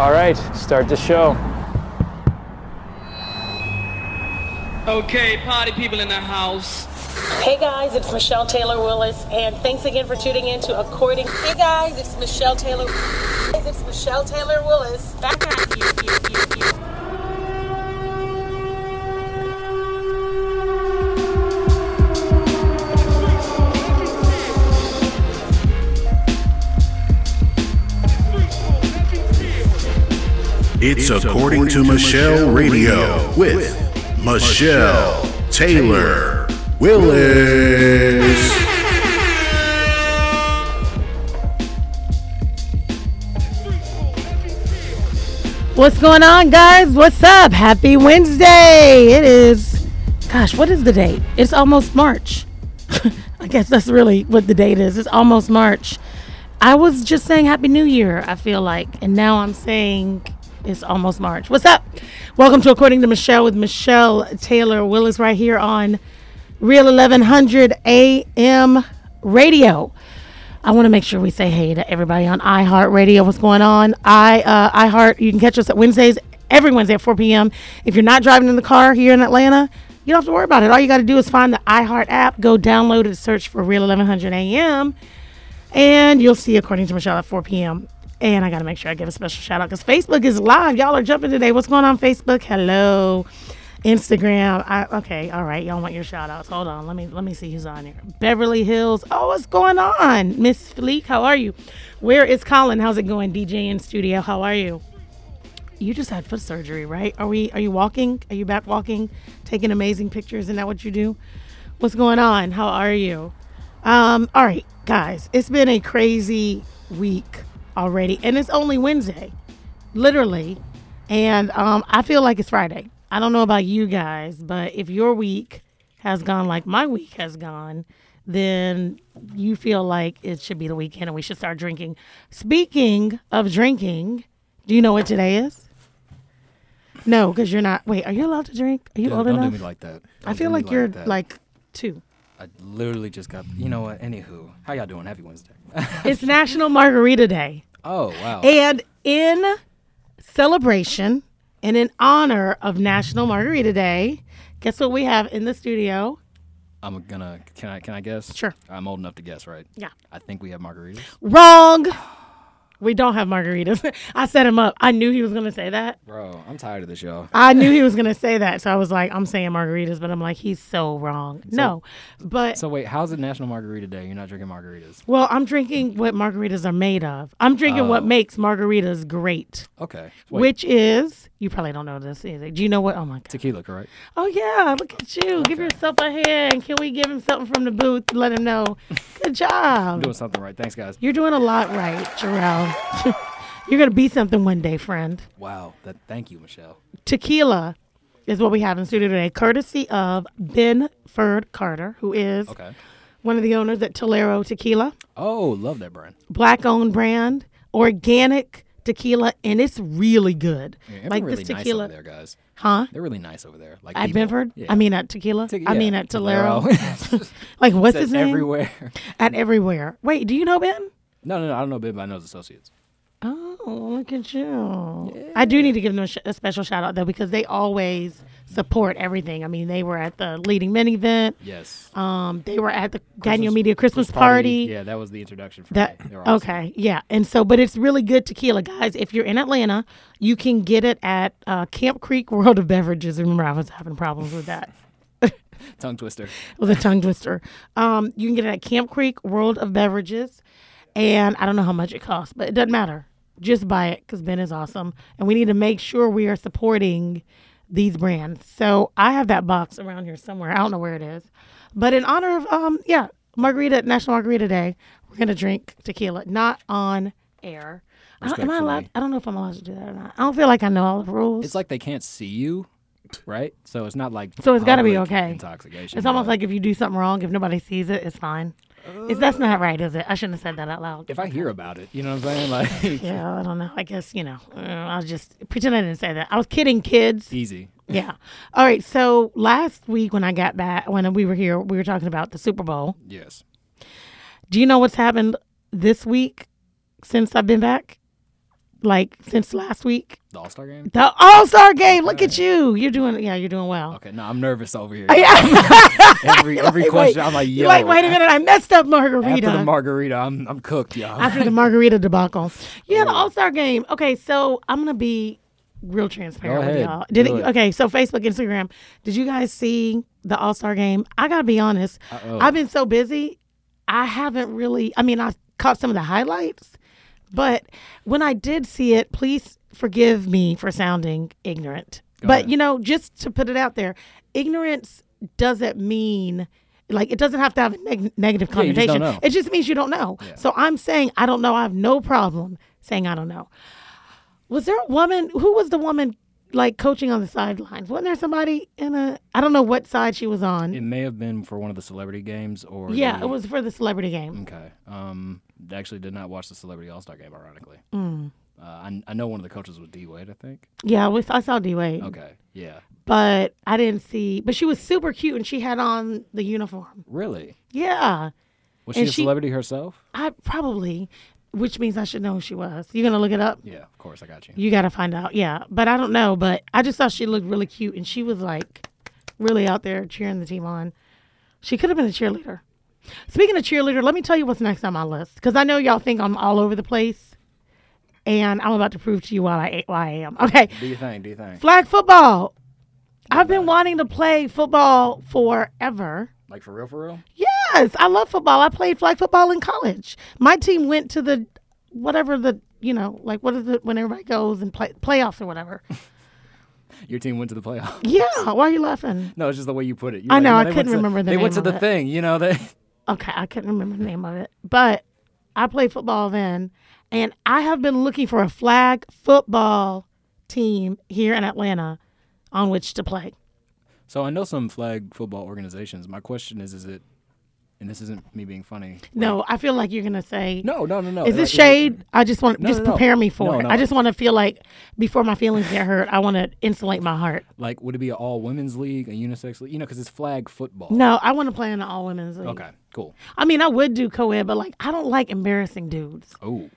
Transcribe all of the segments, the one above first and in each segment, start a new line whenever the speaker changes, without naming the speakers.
All right, start the show.
Okay, party people in the house.
Hey guys, it's Michelle Taylor Willis, and thanks again for tuning in to According. Hey guys, it's Michelle Taylor. Hey, It's Michelle Taylor Willis. Back at you, you, you, you.
It's according to Michelle Radio with Michelle Taylor Willis.
What's going on, guys? What's up? Happy Wednesday. It is, gosh, what is the date? It's almost March. I guess that's really what the date is. It's almost March. I was just saying Happy New Year, I feel like, and now I'm saying it's almost March. What's up? Welcome to According to Michelle with Michelle Taylor Willis right here on Real 1100 AM Radio. I want to make sure we say hey to everybody on iHeartRadio. What's going on? I uh, iHeart. You can catch us at Wednesdays every Wednesday at 4 p.m. If you're not driving in the car here in Atlanta, you don't have to worry about it. All you got to do is find the iHeart app, go download it, search for Real 1100 AM, and you'll see according to Michelle at 4 p.m. And I got to make sure I give a special shout out because Facebook is live. Y'all are jumping today. What's going on, Facebook? Hello. Instagram. I, okay, all right. Y'all want your shout outs. Hold on. Let me let me see who's on here. Beverly Hills. Oh, what's going on? Miss Fleek, how are you? Where is Colin? How's it going? DJ in studio. How are you? You just had foot surgery, right? Are we are you walking? Are you back walking? Taking amazing pictures, isn't that what you do? What's going on? How are you? Um, all right, guys, it's been a crazy week already, and it's only Wednesday, literally. And um, I feel like it's Friday. I don't know about you guys, but if your week has gone like my week has gone, then you feel like it should be the weekend and we should start drinking. Speaking of drinking, do you know what today is? No, because you're not. Wait, are you allowed to drink? Are you
Dude,
old
don't
enough?
do me like that.
I
Don't
feel
do me
like you're
that.
like two.
I literally just got. You know what? Anywho, how y'all doing? Happy Wednesday.
It's National Margarita Day.
oh wow.
And in celebration and in honor of National Margarita Day, guess what we have in the studio?
I'm gonna. Can I? Can I guess?
Sure.
I'm old enough to guess, right?
Yeah.
I think we have margaritas.
Wrong. We don't have margaritas. I set him up. I knew he was going to say that.
Bro, I'm tired of this, y'all.
I knew he was going to say that. So I was like, I'm saying margaritas, but I'm like, he's so wrong. no. But,
So wait, how's it National Margarita Day? You're not drinking margaritas.
well, I'm drinking what margaritas are made of. I'm drinking what makes margaritas great,
Okay. Oh. Wait,
which is, you probably don't know this either. Do you know what? Oh my God.
tequila, correct?
Oh yeah, look at you. Give yourself a hand. Can we give him something from the booth? to Let him know. Good
I'm
job.
doing something right. Thanks, guys.
You're doing a lot right, Jarrell. You're gonna be something one day, friend.
Wow. That. Thank you, Michelle.
Tequila is what we have in studio today, courtesy of Ben Ferd Carter, who is
Okay.
one of the owners at Tolero Tequila,
Oh, love that brand.
black owned brand, organic tequila, and it's really good.
Yeah, everyone really nice over there, guys.
huh?
They're really nice over there. Like
At
people.
Benford?
Yeah.
I mean at Tequila?
Te-
I
yeah,
mean at Tolero.
Tolero.
like what's
Says
his name?
everywhere.
At everywhere. Wait, do you know Ben?
No, no, no. I don't know Ben, but I know his associates.
Oh, look at you. I do need to give them a, sh- a special shout out though because they always support everything. I mean, they were at the leading men event.
Yes.
Um, they were at the Daniel Media Christmas, party.
Yeah, that was the introduction for
That
me. They were awesome.
okay, yeah, and so, but it's really good tequila, guys. If you're in Atlanta, you can get it at uh, Camp Creek World of Beverages. Remember, I was having problems with that.
Tongue twister.
It was a tongue twister. Um, you can get it at Camp Creek World of Beverages, and I don't know how much it costs, but it doesn't matter. Just buy it because Ben is awesome, and we need to make sure we are supporting these brands. So I have that box around here somewhere. I don't know where it is, but in honor of um, yeah, Margarita National Margarita Day, we're gonna drink tequila, not on air. I don't- am I allowed?
Respectfully.
I don't know if I'm allowed to do that or not. I don't feel like I know all the rules.
It's like they can't see you, right? So it's not like
So it's gotta be
public
okay.
Intoxication.
It's almost
but
like if you do something wrong, if nobody sees it, it's fine. Is that's not right, is it? I shouldn't have said that out loud.
if I hear about it, you know what I'm saying? Like
yeah, I don't know. I guess you know. uh, I'll just pretend I didn't say that. I was kidding, kids.
easy.
Yeah. All right. So last week when I got back, when we were here, we were talking about the Super Bowl.
Yes.
Do you know what's happened this week since I've been back? like since last week.
The All Star game?
The All Star game. Look at you. You're doing. Yeah, you're doing well.
Okay, no, I'm nervous over here.
Yeah.
Every every question, I'm like, yo.
You're like, wait a minute. I messed up
After
margarita.
the margarita, I'm I'm cooked, y'all.
after the margarita debacle. Yeah, the All Star game. Okay, so I'm gonna be real transparent
Go
with
ahead.
y'all. Did it,
Do it.
okay? So Facebook, Instagram. Did you guys see the All Star game? I gotta be honest. I've been so busy, I haven't really. I mean, I caught some of the highlights, but when I did see it, please forgive me for sounding ignorant. but you know, just to put it out there, ignorance doesn't mean. Like it doesn't have to have a neg- negative
you just
connotation.
don't know.
It just means you don't know. So I'm saying I don't know. I have no problem saying I don't know. Was there a woman? Who was the woman like coaching on the sidelines? Wasn't there somebody in a? I don't know what side she was on.
It may have been for one of the celebrity Mm. games or
yeah,
the-
it was for the celebrity game.
Okay. Um, I actually did not watch the Celebrity All Star game, ironically.
Mm.
Uh, I, I know one of the coaches was D Wade, I think.
Yeah, we, I saw D Wade,
Okay. Yeah.
but I didn't see. But she was super cute, and she had on the uniform.
Really?
Yeah,
Was
And
she a
she-
celebrity herself?
I probably, which means I should know who she was. You gonna look it up?
Yeah, of course. I got you.
You got to find out. Yeah. But I don't know. But I just thought she looked really cute and she was like really out there cheering the team on. She could have been a cheerleader. Speaking of cheerleader, let me tell you what's next on my list because I know y'all think I'm all over the place. And I'm about to prove to you why I, why I am. Okay.
Do you think? Do you think?
Flag football. I've been wanting to play football forever.
Like for real, for real?
Yes, I love football. I played flag football in college. My team went to the whatever the you know like what is it when everybody goes and play playoffs or whatever.
Your team went to the playoffs.
Yeah, why are you laughing?
No, it's just the way you put it. You're
I
like,
know,
you
I
they went
couldn't
to-
remember the
They went
name
to
of
the
it.
thing, you know. They,
Okay, I couldn't remember the name of it, but I played football then, and I have been looking for a flag football team here in Atlanta on which to play.
so I know some flag football organizations. My question is, is it? And this isn't me being funny.
No, I feel like you're gonna say
No, no, no, no.
Is this
Oh, Like, it-
shade? I just want
No,
just
no, no.
prepare me for
No,
it.
no.
I just want to feel like before my feelings get hurt, I want to insulate my heart.
Like, would it be an all women's league, a unisex league? You know, because it's flag football.
No, I want to play in an all women's league.
Okay, cool.
I mean, I would do co-ed, but like I don't like embarrassing dudes.
Oh,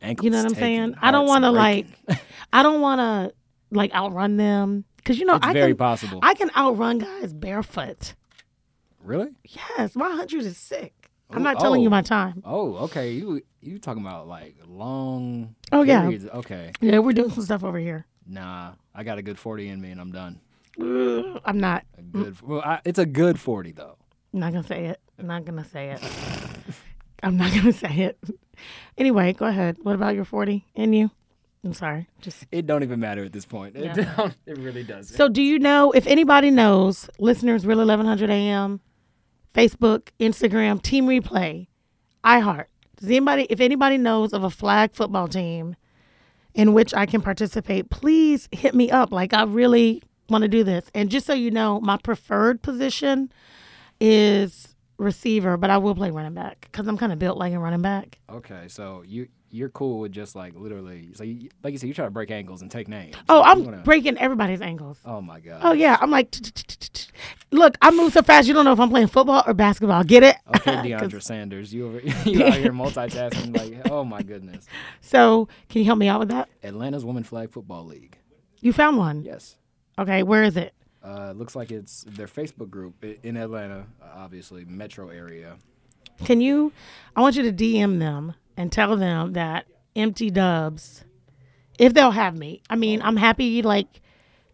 ankles.
You know what I'm
taken,
saying? I don't
hearts
want to like,
breaking.
I don't want to like outrun them because you know
It's
I
very
can,
possible.
I can outrun guys barefoot.
Really?
Yes, my hundred is sick. I'm
Ooh,
not telling you
oh.
my time.
Oh, okay. You you talking about like long?
Oh, yeah.
periods. Okay.
Yeah, we're doing some stuff over here.
Nah, I got a good forty in me, and I'm done.
I'm not.
A good. Well, I, it's a good forty though.
I'm not gonna say it. I'm not gonna say it. I'm not gonna say it. Anyway, go ahead. What about your 40 and you? I'm sorry. Just
It don't even matter at this point. It, don't, it really does.
so. Do you know if anybody knows? Listeners, real 1100 AM, Facebook, Instagram, Team Replay, iHeart. Does anybody, if anybody knows of a flag football team in which I can participate, please hit me up. Like I really want to do this. And just so you know, my preferred position is receiver, but I will play running back because I'm kind of built like a running back.
Okay, so you you're cool with just like literally. So you, like you said, you try to break angles and take names.
Oh,
You
I'm
wanna-
breaking everybody's ankles.
Oh my god.
Oh yeah, I'm like, "Ch-ch-ch-ch-ch." look, I move so fast, you don't know if I'm playing football or basketball. Get it?
Okay, DeAndre Sanders, you over, you out here multitasking like, oh my goodness.
So, can you help me out with that?
Atlanta's Women Flag Football League.
You found one.
Yes.
Okay, where is it?
Uh, looks like it's their Facebook group i- in Atlanta, uh, obviously metro area.
Can you? I want you to DM them and tell them that empty dubs, if they'll have me. I mean, I'm happy like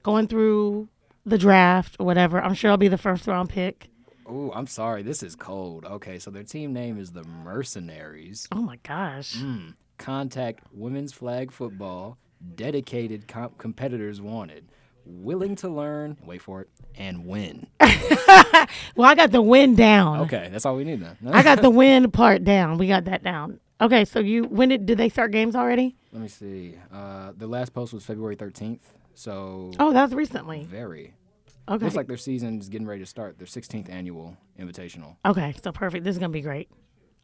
going through the draft or whatever. I'm sure I'll be the first round pick.
Oh, I'm sorry, this is cold. Okay, so their team name is the Mercenaries.
Oh my gosh.
Mm. Contact Women's Flag Football. Dedicated comp- competitors wanted. Willing to learn. Wait for it. And win.
Well, I got the win down.
Okay, that's all we need then.
I got the win part down. We got that down. Okay, so you when did did they start games already?
Let me see. Uh, the last post was February 13th, so
Oh, that was recently.
very.
Okay.
Looks like their season is getting ready to start. Their 16th annual invitational.
okay, so perfect. This is gonna be great.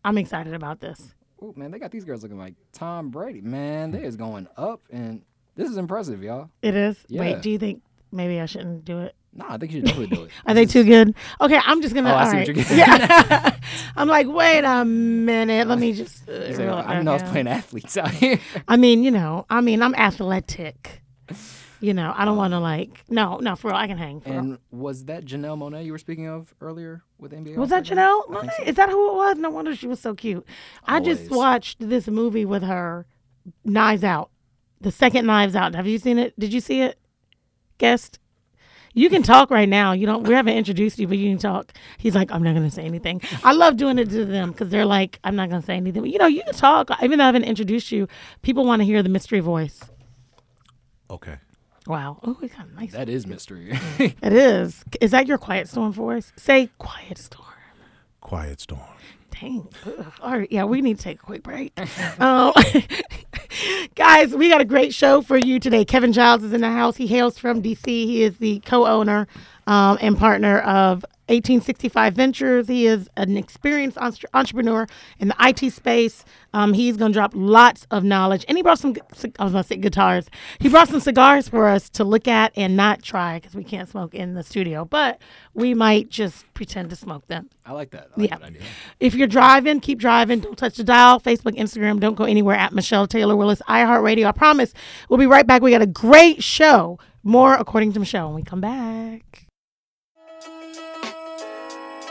I'm excited about this.
Ooh, man, they got these girls looking like Tom Brady. Man, they is going up, and this is impressive, y'all.
It is.
Yeah.
Wait, do you think maybe I shouldn't do it?
No, I think you should definitely do it.
Are they too good? Okay, I'm just gonna.
Oh, I
all
see
right.
what you're getting.
Yeah. I'm like, wait a minute. Let me just. uh,
He's like,
real-
I didn't know I was
yeah.
playing athletes out here.
I mean, you know, I mean, I'm athletic. You know, I don't want to like. No, no, for real, I can hang. For real.
Um, and was that Janelle Monet you were speaking of earlier with NBA?
Was that
All-Star game?
Janelle?
I think
Monáe? Is that who it was? No wonder she was so cute. I just
Always.
watched this movie with her, Knives Out, the second Knives Out. Have you seen it? Did you see it? Guest. You can talk right now. You don't. We haven't introduced you, but you can talk. He's like, I'm not gonna say anything. I love doing it to them because they're like, I'm not gonna say anything. But, you know, you can talk. Even though I haven't introduced you, people want to hear the mystery voice.
Okay.
Wow. Oh, we got a nice.
That is mystery.
It is. Is that your quiet storm voice? Say quiet storm.
Quiet Storm.
Dang. Ugh. All right. Yeah, we need to take a quick break. um, guys, we got a great show for you today. Kevin Giles is in the house. He hails from DC. He is the co owner um, and partner of 1865 Ventures. He is an experienced entre- entrepreneur in the IT space. Um, he's going to drop lots of knowledge. And he brought some, gu- ci- I was going to say guitars. He brought some cigars for us to look at and not try because we can't smoke in the studio, but we might just pretend to smoke them.
I like that. I like
Yeah.
that idea.
If you're driving, keep driving. Don't touch the dial. Facebook, Instagram, don't go anywhere at Michelle Taylor Willis, iHeartRadio. I promise we'll be right back. We got a great show. More according to Michelle when we come back.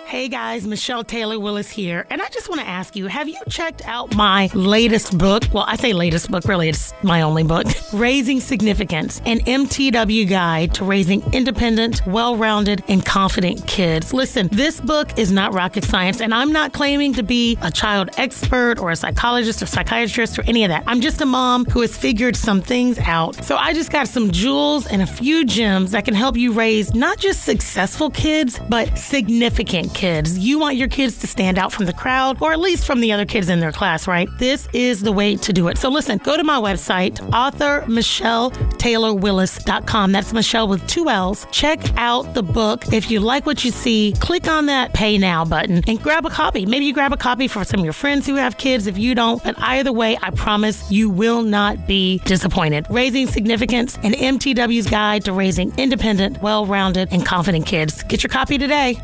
Hey guys, Michelle Taylor Willis here. And I just want to ask you have you checked out my latest book? Well, I say latest book, really, it's my only book Raising Significance, an MTW guide to raising independent, well rounded, and confident kids. Listen, this book is not rocket science, and I'm not claiming to be a child expert or a psychologist or psychiatrist or any of that. I'm just a mom who has figured some things out. So I just got some jewels and a few gems that can help you raise not just successful kids, but significant kids. You want your kids to stand out from the crowd or at least from the other kids in their class, right? This is the way to do it. So listen, go to my website, author Michelle Taylor Willis.com. That's Michelle with two L's. Check out the book. If you like what you see, click on that pay now button and grab a copy. Maybe you grab a copy for some of your friends who have kids if you don't. But either way, I promise you will not be disappointed. Raising Significance, an MTW's guide to raising independent, well rounded, and confident kids. Get your copy today.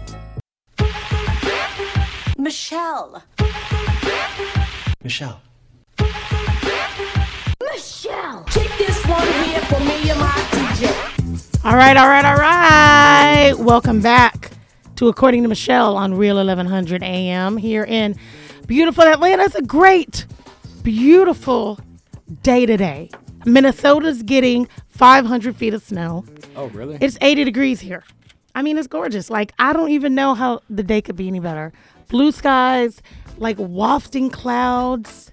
Michelle.
Michelle.
Michelle. Keep this one here for me and my DJ.
All right, all right, all right. Welcome back to According to Michelle on Real 1100 AM here in beautiful Atlanta. It's a great, beautiful day today. Minnesota's getting 500 feet of snow.
Oh, really?
It's 80 degrees here. I mean, it's gorgeous. Like, I don't even know how the day could be any better. Blue skies, like wafting clouds,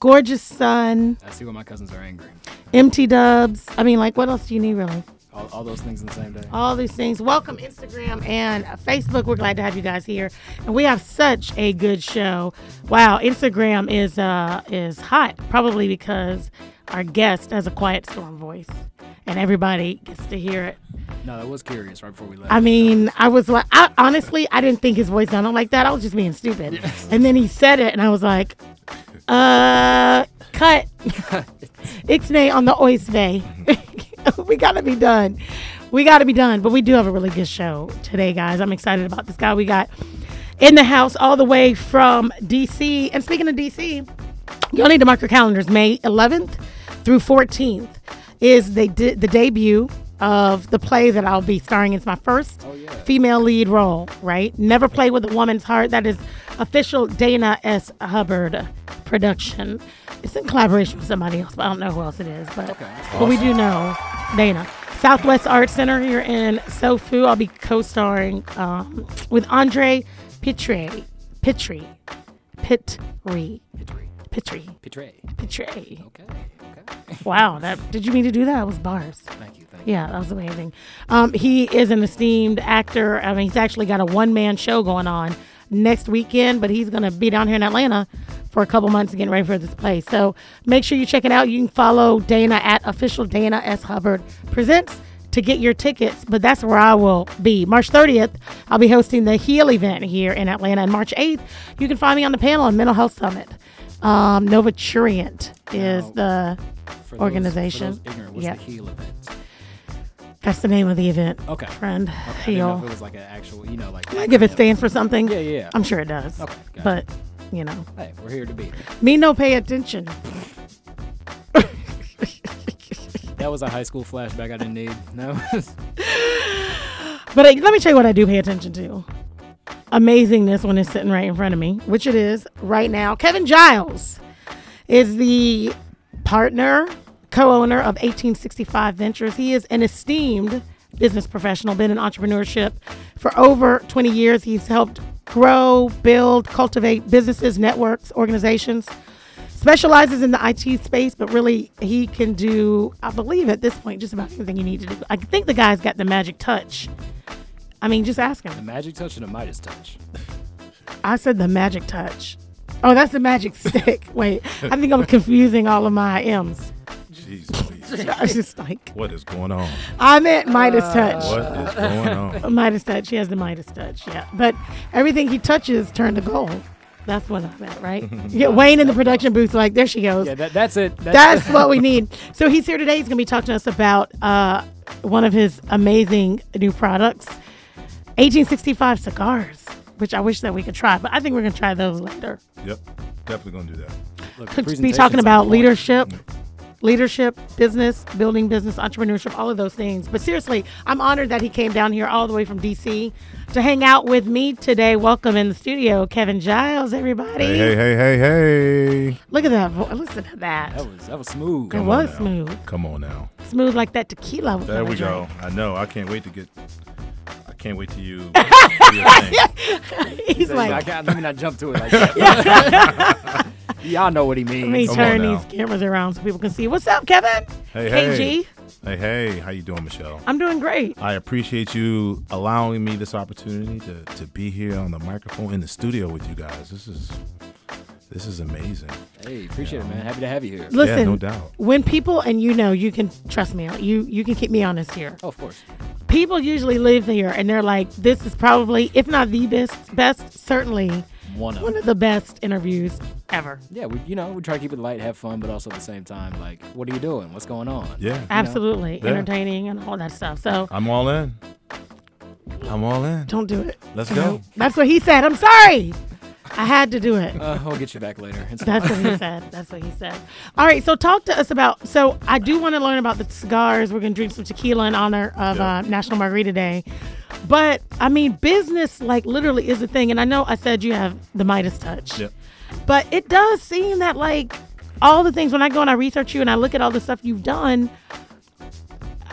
gorgeous sun,
I see why my cousins are angry.
MT dubs. I mean, like, what else do you need, really?
All, all those things in the same day.
all these things. Welcome Instagram and Facebook. We're glad to have you guys here, and we have such a good show. Wow, Instagram is uh is hot, probably because our guest has a quiet storm voice, and everybody gets to hear it.
No, that was curious right before we left.
I mean, I was like, I, honestly, I didn't think his voice sounded like that. I was just being stupid, and then he said it, and I was like, uh, cut. Ixnay on the Oisve. we gotta be done. We gotta be done. But we do have a really good show today, guys. I'm excited about this guy we got in the house all the way from DC. And speaking of DC, y'all need to mark your calendars. May 11th through 14th is the de- the debut of the play that I'll be starring. It's my first female lead role. Right? Never play with a woman's heart. That is official Dana S. Hubbard production. It's in collaboration with somebody else, but I don't know who else it is. But but we do know Dana. Southwest Arts Center here in SoFu. I'll be co-starring um, with Andre Pitre, Pitri, Pitri,
Petrie.
Pitri,
Petrie.
Pitri.
Okay. Okay.
Wow, that did you mean to do that? It was bars.
Thank you. Thank you.
Yeah, that was amazing. Um, he is an esteemed actor. I mean, he's actually got a one man show going on next weekend, but he's going to be down here in Atlanta for a couple months getting ready for this play. So make sure you check it out. You can follow Dana at official Dana S. Hubbard Presents to get your tickets, but that's where I will be. March 30th, I'll be hosting the Heal event here in Atlanta. And March 8th, you can find me on the panel on Mental Health Summit. Um, Nova Turient is
Now,
the
For those-
organization.
for those ignorant, what's
Yeah.
the heel event?
That's the name of the event.
Okay.
Friend.
I
Hey,
didn't know
y'all.
if it was like an actual, you know, like.
I give it stands for something.
Yeah, yeah.
I'm sure it does.
Okay, gotcha.
But, you know,
Hey, we're here to be.
me no pay attention.
That was a high school flashback I didn't need. No.
But I, let me tell you what I do pay attention to. Amazingness when it's sitting right in front of me, which it is right now. Kevin Giles is the partner, co owner of 1865 Ventures. He is an esteemed business professional, been in entrepreneurship for over 20 years. He's helped grow, build, cultivate businesses, networks, organizations. Specializes in the IT space, but really he can do, I believe at this point, just about anything you need to do. I think the guy's got the magic touch. I mean, just ask him.
Magic touch and a Midas touch.
I said the magic touch. Oh, that's the magic stick. Wait, I think I'm confusing all of my M's.
Jeez, Louise.
I was just like,
what is going on?
I meant Midas
Uh,
touch.
What is going on?
Midas touch. He has the Midas touch. Yeah, but everything he touches turned to gold. That's what I meant, right? yeah, Wayne in the production booth, like there she goes.
Yeah, that, that's it.
That's what we need. So he's here today. He's going to be talking to us about uh, one of his amazing new products, 1865 cigars, which I wish that we could try, but I think we're going to try those later.
Yep, definitely gonna do that.
Look,
Could
the
just be
presentation's
talking
on
about
point.
leadership, leadership, business, building business, entrepreneurship, all of those things. But seriously, I'm honored that he came down here all the way from DC to hang out with me today. Welcome in the studio, Kevin Giles, everybody.
Hey, hey, hey, hey, hey!
Look at that. vo- Listen to that.
That was that was smooth.
it was smooth.
Come on now.
Smooth like that tequila. I was
There
gonna
we
drink.
go. I know. I can't wait to get. I can't wait to you. do your thing.
He's
I
like,
can't, let me not jump to it like that. Y'all know what he means.
let me
Come
turn
on now.
these cameras around so people can see. What's up, Kevin?
Hey,
KG,
hey. Hey, hey, how you doing, Michelle?
I'm doing great.
I appreciate you allowing me this opportunity to, to be here on the microphone in the studio with you guys. This is this is amazing.
Hey, appreciate it, man. Happy to have you here.
Listen,
no doubt.
when people and you know, you can trust me. You you can keep me honest here.
Oh, of course.
People usually live here and they're like, this is probably, if not the best, best certainly
One of
one
them.
of the best interviews ever.
Yeah, we you know we try to keep it light, have fun, but also at the same time, like, what are you doing? What's going on?
Yeah.
Absolutely
Yeah.
entertaining and all that stuff. So
I'm all in. I'm all in.
don't do it.
Let's
You
go.
know? That's what he said. I'm sorry. I had to do it.
Uh, I'll get you back later. It's
That's
fine.
what he said. That's what he said. All right, so talk to us about. So I do want to learn about the cigars. We're gonna drink some tequila in honor of
Yeah.
uh, National Margarita Day. But I mean, business like literally is a thing. And I know I said you have the Midas touch,
Yep.
but it does seem that like all the things when I go and I research you and I look at all the stuff you've done.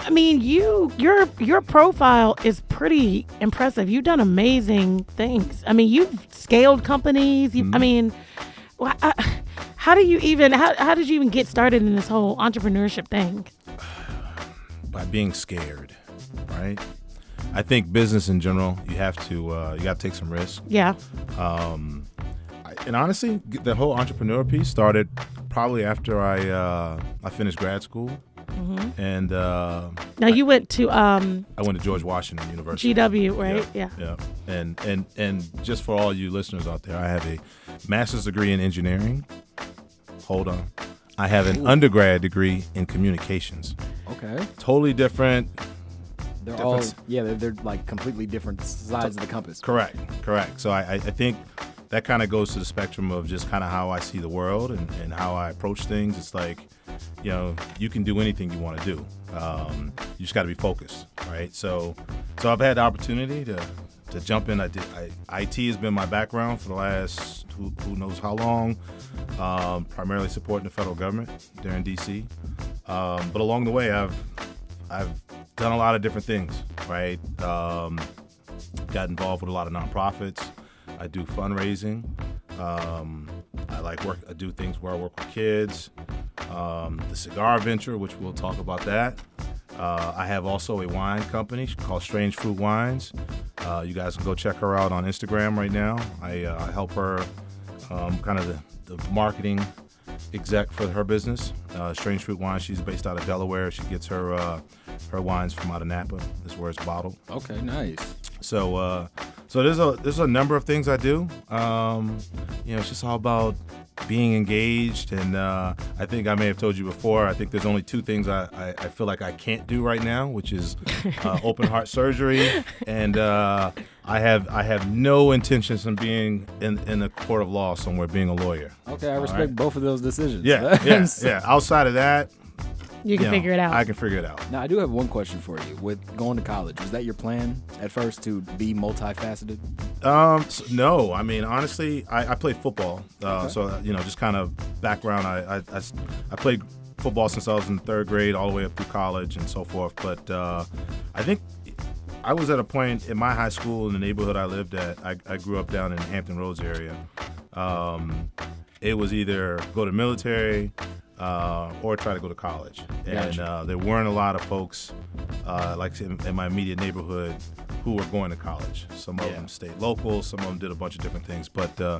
I mean, you your your profile is pretty impressive. You've done amazing things. I mean, you've scaled companies. You, I mean, wha- I- how do you even how, how did you even get started in this whole entrepreneurship thing?
By being scared, right? I think business in general, you have to uh, you got to take some risk.
Yeah,
and honestly, g- the whole entrepreneur piece started probably after I uh, I finished grad school,
Mm-hmm.
and uh,
now you went to um,
I went to George Washington University.
GW, right? Yeah.
yeah. And and and just for all you listeners out there, I have a master's degree in engineering. Hold on, I have an undergrad degree in communications.
Okay.
Totally different.
They're all
Difference.
yeah, they're, they're like completely different sides of the compass.
Correct. Correct. So I, I, I think that kind of goes to the spectrum of just kind of how I see the world and, and how I approach things. It's like, you know, you can do anything you want to do. Um, you just got to be focused, right? So, so I've had the opportunity to to jump in. I did. I, IT has been my background for the last who, who knows how long. Um, primarily supporting the federal government there in DC. Um, but along the way, I've I've done a lot of different things, right? Um, got involved with a lot of nonprofits. I do fundraising. Um, I like work. I do things where I work with kids. Um, the cigar venture, which we'll talk about that. Uh, I have also a wine company called Strange Fruit Wines. Uh, you guys can go check her out on Instagram right now. I, uh, I help her um, kind of the, the marketing exec for her business, uh, Strange Fruit Wine. She's based out of Delaware. She gets her uh, her wines from out of Napa. That's where it's bottled.
Okay, nice.
So uh, so there's a there's a number of things I do. Um, you know, it's just all about being engaged. And uh, I think I may have told you before, I think there's only two things I, I, I feel like I can't do right now, which is uh, open heart surgery. And uh, I have I have no intentions of being in, in a court of law somewhere, being a lawyer.
Okay, I
All
respect
right?
both of those decisions.
Yeah, yeah, yeah. Outside of that,
You can
know,
figure it out.
I can figure it out.
Now I do have one question for you. With going to college, was that your plan at first to be multifaceted?
Um, s no, I mean honestly, I, I played football, uh, so uh, you know, just kind of background. I, I, I s- I played football since I was in third grade, all the way up through college and so forth. But uh, I think I was at a point in my high school in the neighborhood I lived at. I, I grew up down in Hampton Roads area. Um, it was either go to military uh, or try to go to college, and
Gotcha.
uh, there weren't a lot of folks uh, like in, in my immediate neighborhood who were going to college. Some of
Yeah.
them stayed local, some of them did a bunch of different things. But uh,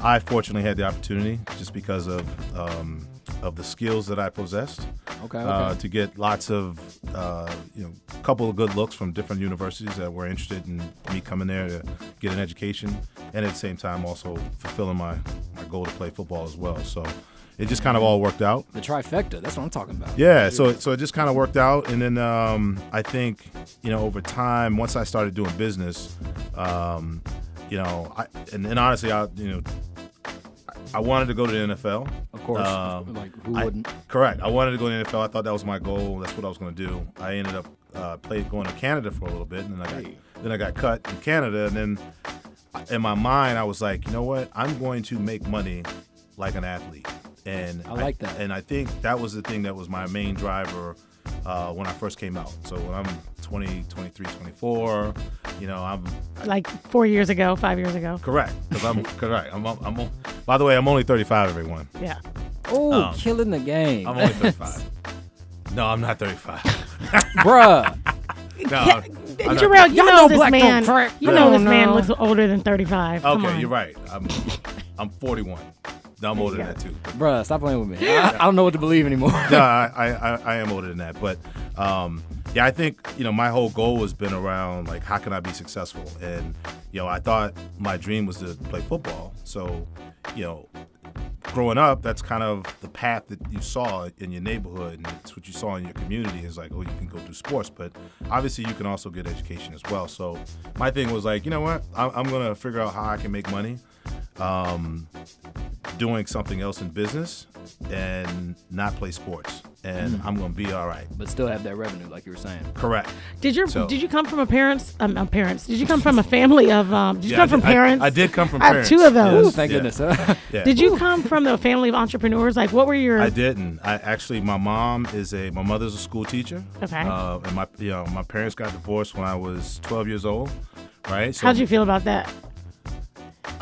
I fortunately had the opportunity just because of um, of the skills that I possessed
Okay,
uh,
Oh, okay.
to get lots of uh, you know couple of good looks from different universities that were interested in me coming there to get an education, and at the same time also fulfilling my my goal to play football as well. So it just kind
Mm-hmm.
of all worked out.
The trifecta. That's what I'm talking about.
Yeah, so so it just kind of worked out, and then um, I think you know over time, once I started doing business, um, you know, I, and, and honestly, I you know, I- I wanted to go to the NFL.
Of course.
Um,
like who
I-
wouldn't?
correct. I wanted to go to the NFL. I thought that was my goal. That's what I was going to do. I ended up uh, play, going to Canada for a little bit, and then I got, then I got cut in Canada, and then in my mind, I was like, you know what? I'm going to make money like an athlete. And
I like that.
And I think that was the thing that was my main driver uh, when I first came out. So when I'm 20, 23, 24, you know, I'm
like four years ago, five years ago.
correct. 'Cause I'm correct. I'm, I'm, I'm, by the way, I'm only 35, everyone.
Yeah.
Oh,
um,
killing the game,
I'm only 35. no, I'm not 35.
bruh.
No, I'm- I'm not-
Jarrell, you
Y'all
know
know
this
black don't
man.
crack.
You know
Yeah.
this man
No.
looks older than 35. Come
Okay,
on.
you're right. I'm I'm 41. No, I'm older than that too.
Bruh, stop playing with me. I, I don't know what to believe anymore.
no, I, I, I- I am older than that. But um, yeah, I think you know my whole goal has been around like how can I be successful, and you know I thought my dream was to play football. So you know, growing up, that's kind of the path that you saw in your neighborhood, and it's what you saw in your community. Is like, oh, you can go do sports, but obviously you can also get education as well. So my thing was like, you know what, I'm, I'm gonna figure out how I can make money doing something else in business and not play sports and
Hmm.
I'm gonna be all right.
But still have that revenue, like you were saying.
Correct.
Did your
So-
did you come from a parents um uh, parents? Did you come from a family of um? Did you
Yeah,
come
I
from
did- I-
parents?
I, did come from
I have
parents.
two of those.
Yes,
Thank
yeah,
goodness. huh?
yeah.
Did you come from a family of entrepreneurs? Like, what were your?
I didn't. I actually, my mom is a my mother's a school teacher.
Okay.
Uh, and my you know my parents got divorced when I was 12 years old, right? So,
How'd you feel about that?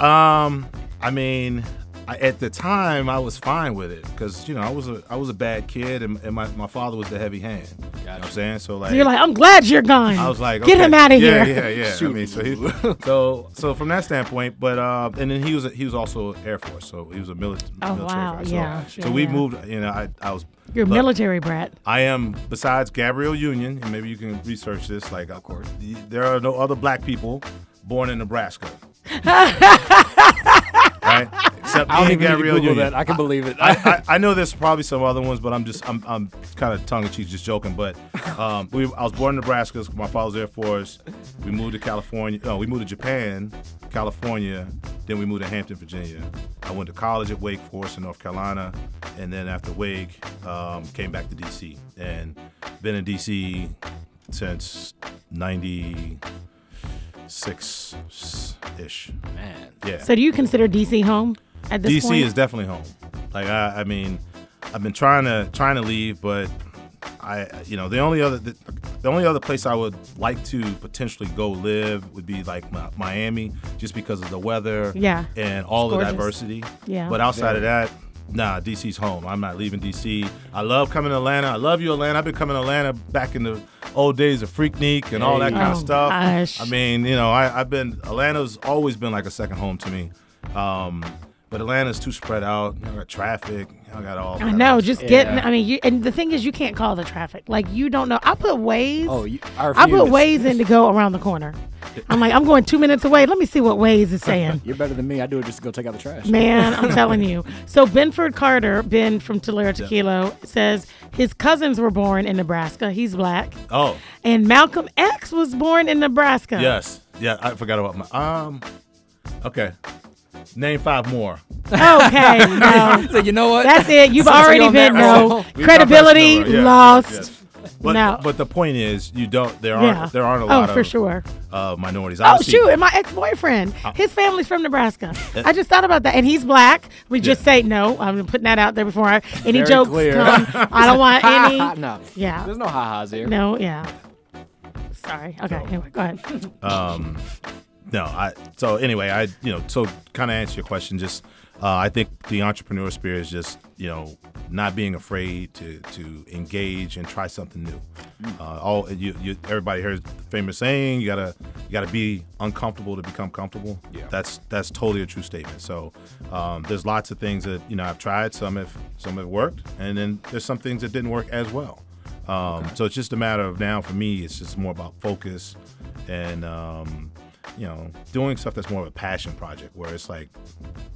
Um, I mean, I, at the time I was fine with it because you know I was a I was a bad kid and, and my, my father was the heavy hand. You know what I'm saying so like
You're like, I'm glad you're gone.
I was like,
get
okay.
him out of
yeah,
here.
Yeah, yeah, I mean, so, he, so, so from that standpoint, but uh, and then he was he was also Air Force, so he was a mili-
Oh,
military.
wow,
guy.
yeah,
So,
yeah,
so we
yeah.
moved. You know, I, I was.
You're a
look,
military brat.
I am besides Gabrielle Union, and maybe you can research this. Like, of course, there are no other black people born in Nebraska. right? Except me and
I don't even need to
Gabrielle
Google
Union.
that. I can believe it.
I, I know there's probably some other ones, but I'm just I'm, I'm kind of tongue in cheek, just joking. But um, we I was born in Nebraska. so My father's Air Force. We moved to California. No, we moved to Japan, California. Then we moved to Hampton, Virginia. I went to college at Wake Forest in North Carolina, and then after Wake, um, came back to DC and been in DC since '96 ish.
Man,
Yeah.
So do you consider DC home at this
DC
point?
is definitely home. Like I, I mean, I've been trying to trying to leave, but I, you know, the only other the, the only other place I would like to potentially go live would be like Mi- Miami, just because of the weather,
Yeah.
and all the
gorgeous.
diversity,
Yeah.
But outside of that. Nah, DC's home. I'm not leaving DC. I love coming to Atlanta. I love you, Atlanta. I've been coming to Atlanta back in the old days of Freaknik and all that kind of
Oh,
stuff.
gosh.
I mean, mean, you know, I, I've been Atlanta's always been like a second home to me. Um, but Atlanta's too spread out. You know, got traffic. You know, got all.
I know, just getting.
Yeah.
I mean, you and the thing is, you can't call the traffic. Like you don't know. I put ways.
Oh, you- I
I put
refuse.
ways in to go around the corner, I'm like, I'm going two minutes away. Let me see what Waze is saying.
You're better than me. I do it just to go take out the trash.
Man, I'm telling you. So Benford Carter, Ben from Tulare Tequila, says his cousins were born in Nebraska. He's black.
Oh,
And Malcolm X was born in Nebraska.
yes. Yeah, I forgot about my. Um, okay. Name five more.
Okay. No.
So you know what?
That's it. You've
Since we
already
on
been
that
no
roll,
We've
credibility
got that number. Yeah,
lost.
yes. But,
No.
but the point is, you don't. There aren't.
Yeah.
There aren't a
oh,
lot
for
of
sure.
uh, minorities.
Oh
Obviously-
shoot! And my ex-boyfriend,
Oh.
his family's from Nebraska. I just thought about that, and he's black. We just
Uh. Yeah.
say no. I'm putting that out there before I, any
Very
jokes
clear.
come. I don't want
Ha,
any.
no.
Yeah.
There's no ha-has here.
No, yeah. Sorry. Okay. Anyway, go ahead.
no i so anyway i you know so kind of answer your question just uh, i think the entrepreneur spirit is just you know not being afraid to to engage and try something new uh, all you, you everybody hears the famous saying you gotta you gotta be uncomfortable to become comfortable
Yeah.
that's that's totally a true statement so um, there's lots of things that you know i've tried some have some have worked and then there's some things that didn't work as well um, So it's just a matter of now for me, it's just more about focus and um, you know doing stuff that's more of a passion project where it's like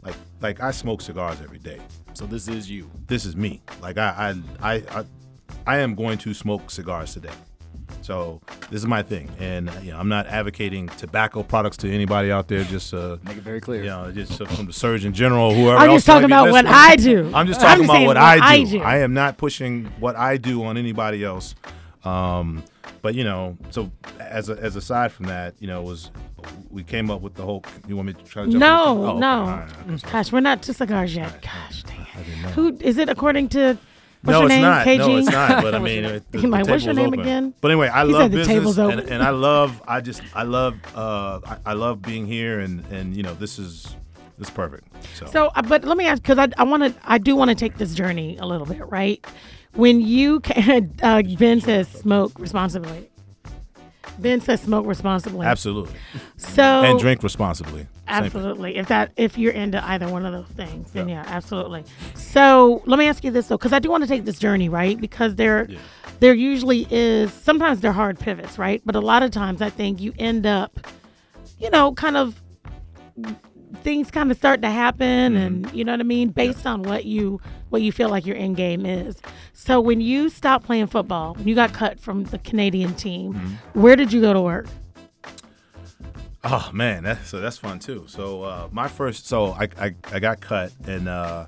like like I smoke cigars every day.
So this is you.
This is me. Like I I I I, I am going to smoke cigars today. So this is my thing, and you know, I'm not advocating tobacco products to anybody out there. Just uh,
Make it very clear.
you know, just from the Surgeon General, whoever.
I'm
else
just
might
talking
be
about what
listening.
I do.
I'm just talking about
Uh, saying
what I do. I am not pushing what I do on anybody else. Um, but you know, so as a, as aside from that, you know, was we came up with the whole. You want me to try to jump?
no,
into this? Oh, okay.
no.
All right, okay.
Gosh, we're not to cigars yet. Gosh, dang it. Who is it? According to what's
no,
your
it's
name?
not.
KG.
No, it's not. But I mean, it, the,
He might,
the
"What's your
table's
name
open."
again?
But anyway, I
He
love
said the
business,
table's
and,
open.
and I love. I just, I love, uh, I, I love being here, and and you know, this is, this is perfect. So,
So, uh, but let me ask because I, I want to, I do want to take this journey a little bit, right? When you, can, uh, Ben says smoke responsibly. Ben says smoke responsibly.
absolutely,
So
and drink responsibly. Same thing.
Absolutely. If that if you're into either one of those things, then yeah, absolutely. So let me ask you this though, because I do want to take this journey, right? Because there there usually is sometimes they're hard pivots, right? But a lot of times I think you end up, you know, kind of things kind of start to happen
Mm-hmm.
and you know what I mean, based on what you what you feel like your end game is. So when you stopped playing football, when you got cut from the Canadian team,
Mm-hmm.
where did you go to work?
Oh man, that, so that's fun too. So uh, my first, so I, I, I got cut and uh,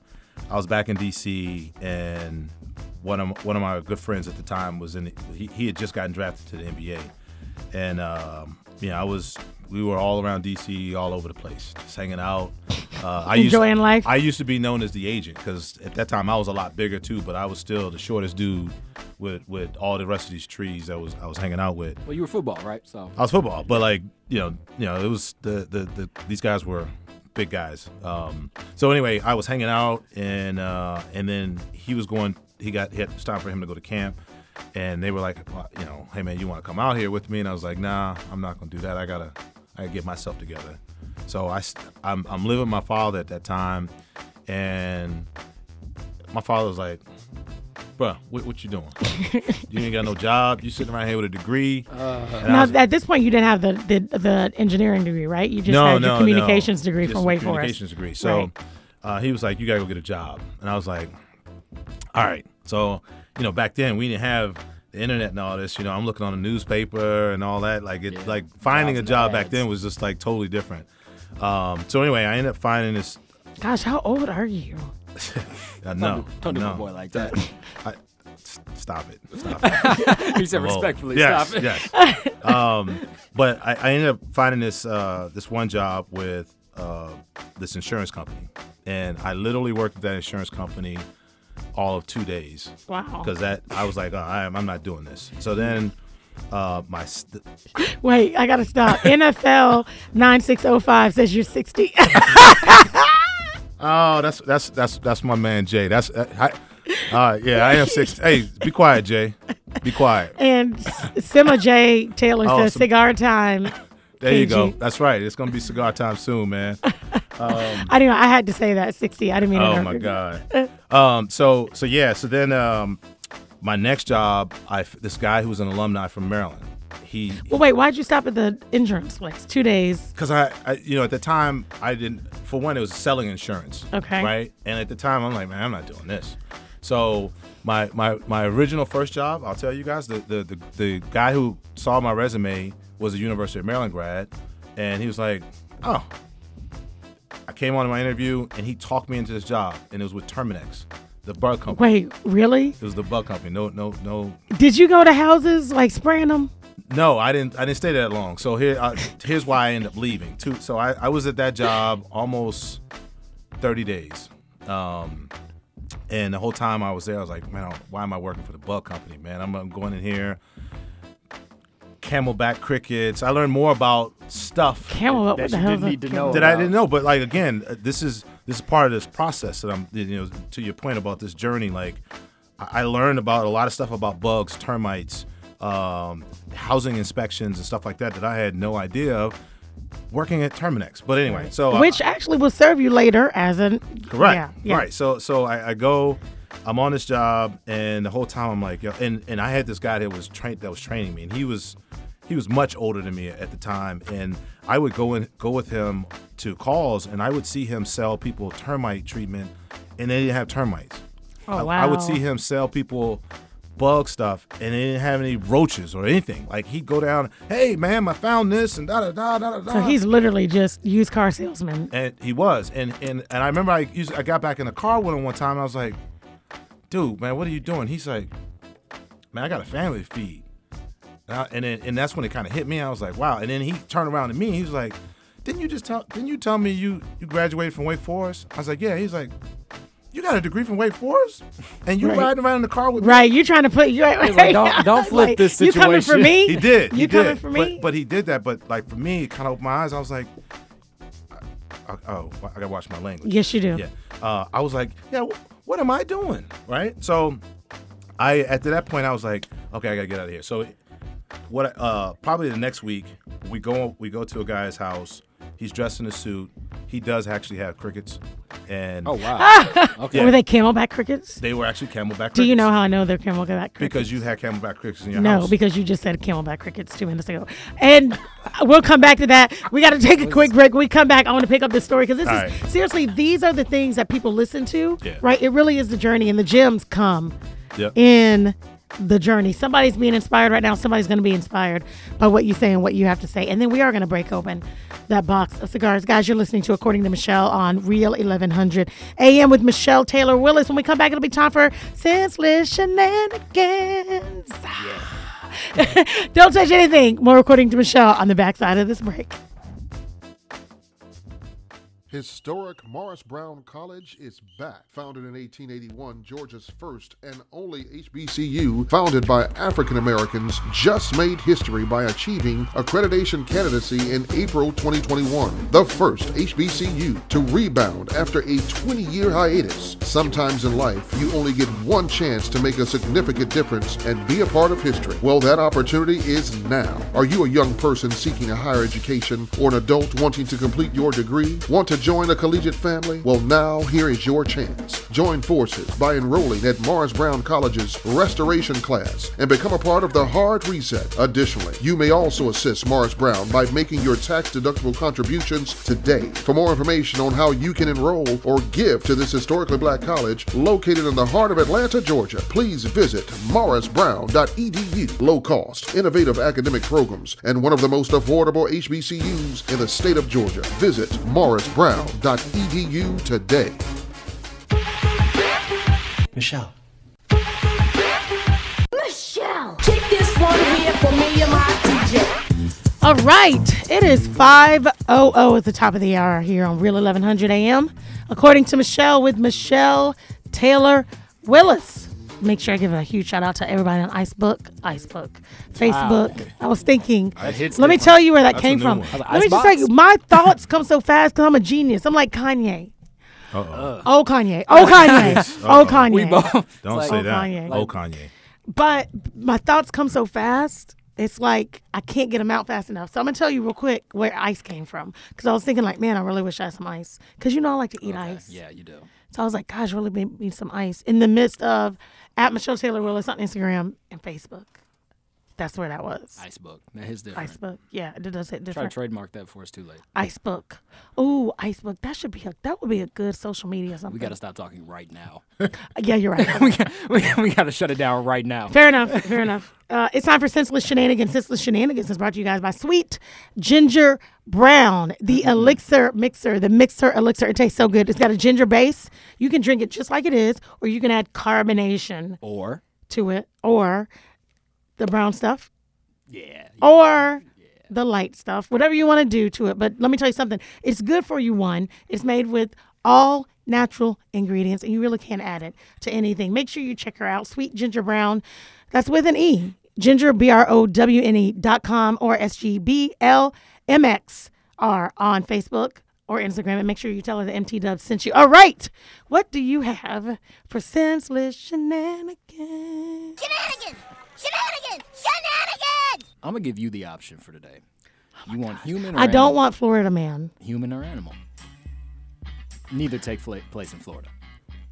I was back in DC and one of one of my good friends at the time was in. He, he had just gotten drafted to the NBA, and um, you know I was we were all around DC, all over the place, just hanging out. Uh, I
Enjoying
used,
life?
I used to be known as the agent because at that time I was a lot bigger too, but I was still the shortest dude with with all the rest of these trees that was I was hanging out with.
Well, you were football, right? So
I was football, but like you know, you know, it was the the, the these guys were big guys. Um, so anyway, I was hanging out, and uh, and then he was going. He got hit. It's time for him to go to camp, and they were like, well, you know, hey man, you want to come out here with me? And I was like, nah, I'm not gonna do that. I gotta, I gotta get myself together. So I, st- I'm, I'm living with my father at that time, and my father was like, bruh, what, what you doing? you ain't got no job. You sitting around here with a degree. And I
Now,
was-
at this point, you didn't have the, the, the engineering degree, right? You just had your communications degree
Just
from
a
Wake
Communications
Forest.
degree. So
Right.
uh, he was like, "You gotta go get a job," and I was like, "All right." So you know, back then we didn't have the internet and all this. You know, I'm looking on the newspaper and all that. Like it, like finding a
Jobs and
job back
ads.
then was just like totally different. Um, so anyway, I ended up finding this.
Gosh, how old are you?
Uh,
don't
no,
do- don't do
no,
my boy like that.
I, s- stop it. Stop it.
he said
Whoa.
respectfully,
yes,
stop it.
Yes. um, but I, I ended up finding this uh, this one job with uh, this insurance company, and I literally worked at that insurance company all of two days
Wow.
because that I was like, oh, I'm, I'm not doing this. So then. Uh, my st-
Wait, I gotta stop. NFL nine six zero five says you're sixty.
oh, that's that's that's that's my man Jay. That's uh, I, uh, yeah, I am six. Hey, be quiet, Jay. Be quiet.
and S- Sima J Taylor
Oh,
says
Sim-
cigar time.
There you go.
KG.
That's right. It's gonna be cigar time soon, man.
I didn't. I had to say that sixty. I didn't mean. to
Oh
interrupt
my
you.
god. Um. So so yeah. So then um, my next job, I f- this guy who was an alumni from Maryland, he
Well, wait, why'd you stop at the insurance place? Two days.
because I, I you know at the time I didn't for one it was selling insurance
Okay.
right and at the time I'm like man I'm not doing this so my my my original first job I'll tell you guys the the the, the guy who saw my resume was a University of Maryland grad and he was like oh I came on to my interview and he talked me into this job and it was with Terminex the bug company
Wait, really?
it was the bug company no no no
Did you go to houses like spraying them?
No, I didn't. I didn't stay that long. So here, uh, here's why I ended up leaving. Too. So I, I was at that job almost 30 days, um, and the whole time I was there, I was like, man, I don't- why am I working for the bug company, man? I'm, I'm going in here. Camelback crickets. I learned more about stuff
Camel, what
that
the
you
hell?
didn't
is a
need to
camel?
know.
that I
about.
didn't know. But like again, uh, this is this is part of this process that I'm you know to your point about this journey. Like I I learned about a lot of stuff about bugs, termites, um, housing inspections, and stuff like that that I had no idea of working at Terminex. But anyway, so Oh, I-
Which actually will serve you later as an
Correct.
Yeah, yeah.
Right. So so I, I go, I'm on this job, and the whole time I'm like, yo, and and I had this guy that was trained that was training me, and he was he was much older than me at the time, and I would go and go with him to calls, and I would see him sell people termite treatment, and they didn't have termites.
Oh,
I, I would
wow.
see him sell people bug stuff and they didn't have any roaches or anything. Like he'd go down, hey man, I found this and da da da da da.
So he's literally just used car salesman.
And he was. And and and I remember I used, I got back in the car with him one time. And I was like, dude, man, what are you doing? He's like, man, I got a family to feed. And, I- and then and that's when it kind of hit me. I was like, wow. And then he turned around to me. And he was like, didn't you just tell? Didn't you tell me you you graduated from Wake Forest? I was like, yeah. He's like. You got a degree from Wake Forest, and you
Right.
riding around in the car with me?"
Right, you trying to put you
like, "Don't- don't flip this
You coming for
situation."
me?
He did.
You
he
coming
did.
for me?
But, but he did that. But like for me, it kind of opened my eyes. I was like, I- I- oh, I gotta watch my language.
yes, you do.
Yeah. Uh, I was like, yeah, wh- what am I doing? Right. So I at that point I was like, okay, I gotta get out of here. So what? Uh, probably the next week we go we go to a guy's house. He's dressed in a suit. He does actually have crickets, and
Oh
Ah.
wow. okay.
Yeah.
Were they camelback crickets?
they were actually camelback. Crickets
do you know how I know they're camelback crickets?
Because you had camelback crickets in your
no,
house.
because you just said camelback crickets two minutes ago, and we'll come back to that. We got to take a quick break. When we come back. I want to pick up this story because this
All
is
right.
seriously. These are the things that people listen to,
Yeah.
right? It really is the journey, and the gems come
Yep.
in the journey. Somebody's being inspired right now. Somebody's going to be inspired by what you say and what you have to say. And then we are going to break open that box of cigars. Guys, you're listening to According to Michelle on Real 1100 AM with Michelle Taylor Willis. When we come back, it'll be time for Senseless Shenanigans. Don't touch anything. More According to Michelle on the backside of this break.
Historic Morris Brown College is back. Founded in 1881, Georgia's first and only HBCU, founded by African Americans, just made history by achieving accreditation candidacy in April 2021. The first HBCU to rebound after a 20 year hiatus. Sometimes in life, you only get one chance to make a significant difference and be a part of history. Well, that opportunity is now. Are you a young person seeking a higher education or an adult wanting to complete your degree? Want to join a collegiate family? Well, now here is your chance. Join forces by enrolling at Morris Brown College's restoration class and become a part of the Hard Reset. Additionally, you may also assist Morris Brown by making your tax deductible contributions today. For more information on how you can enroll or give to this historically black college located in the heart of Atlanta, Georgia, please visit morrisbrown.edu. Low cost, innovative academic programs, and one of the most affordable HBCUs in the state of Georgia. Visit morrisbrown.edu today.
Michelle.
Michelle. Kick this one here for me and my DJ.
All right, it is 5:00 at the top of the hour here on Real 1100 AM, according to Michelle with Michelle Taylor Willis. Make sure I give a huge shout out to everybody on Icebook, Icebook, Facebook. I was thinking, let
hits
me
different.
tell you where that
That's a
came
new
from.
one.
Let
Like,
me just
Icebox?
tell you, my thoughts come so fast because I'm a genius. I'm like Kanye. Uh-oh. Oh Kanye. Oh Kanye. Oh Kanye.
We both.
Don't
It's
say
like-
that.
Kanye.
Oh Kanye.
But my thoughts come so fast. It's like I can't get them out fast enough. So I'm gonna tell you real quick where ice came from because I was thinking like, man, I really wish I had some ice because you know I like to eat ice.
Yeah, you do.
So I was like, gosh, really need need some ice in the midst of at Michelle Taylor Willis on Instagram and Facebook. That's where that was.
Ice book. Now his different.
Ice book. Yeah, it does hit
Try to
different.
trademark that for us too late.
Ice book. Ooh, ice book. That should be a, that would be a good social media or something.
We got to stop talking right now.
yeah, you're right.
we got we, got to shut it down right now.
Fair enough. Fair enough. Uh, it's time for Senseless Shenanigans. Senseless Shenanigans is brought to you guys by Sweet Ginger Brown, the elixir mixer, the mixer elixir. It tastes so good. It's got a ginger base. You can drink it just like it is, or you can add carbonation
Or
to it, or the brown stuff,
yeah,
or the light stuff, whatever you want to do to it. But let me tell you something it's good for you, one. It's made with all natural ingredients, and you really can't add it to anything. Make sure you check her out, Sweet Ginger Brown. That's with an E, ginger, B R O W N E dot com, or S G B L M X R on Facebook or Instagram. And make sure you tell her the MT Dub sent you. All right, what do you have for senseless shenanigans?
Shenanigans! Shenanigans! Shenanigans!
I'm gonna give you the option for today. You want human? Or
I
animal?
don't want Florida man.
human or animal. Neither take fla- place in Florida.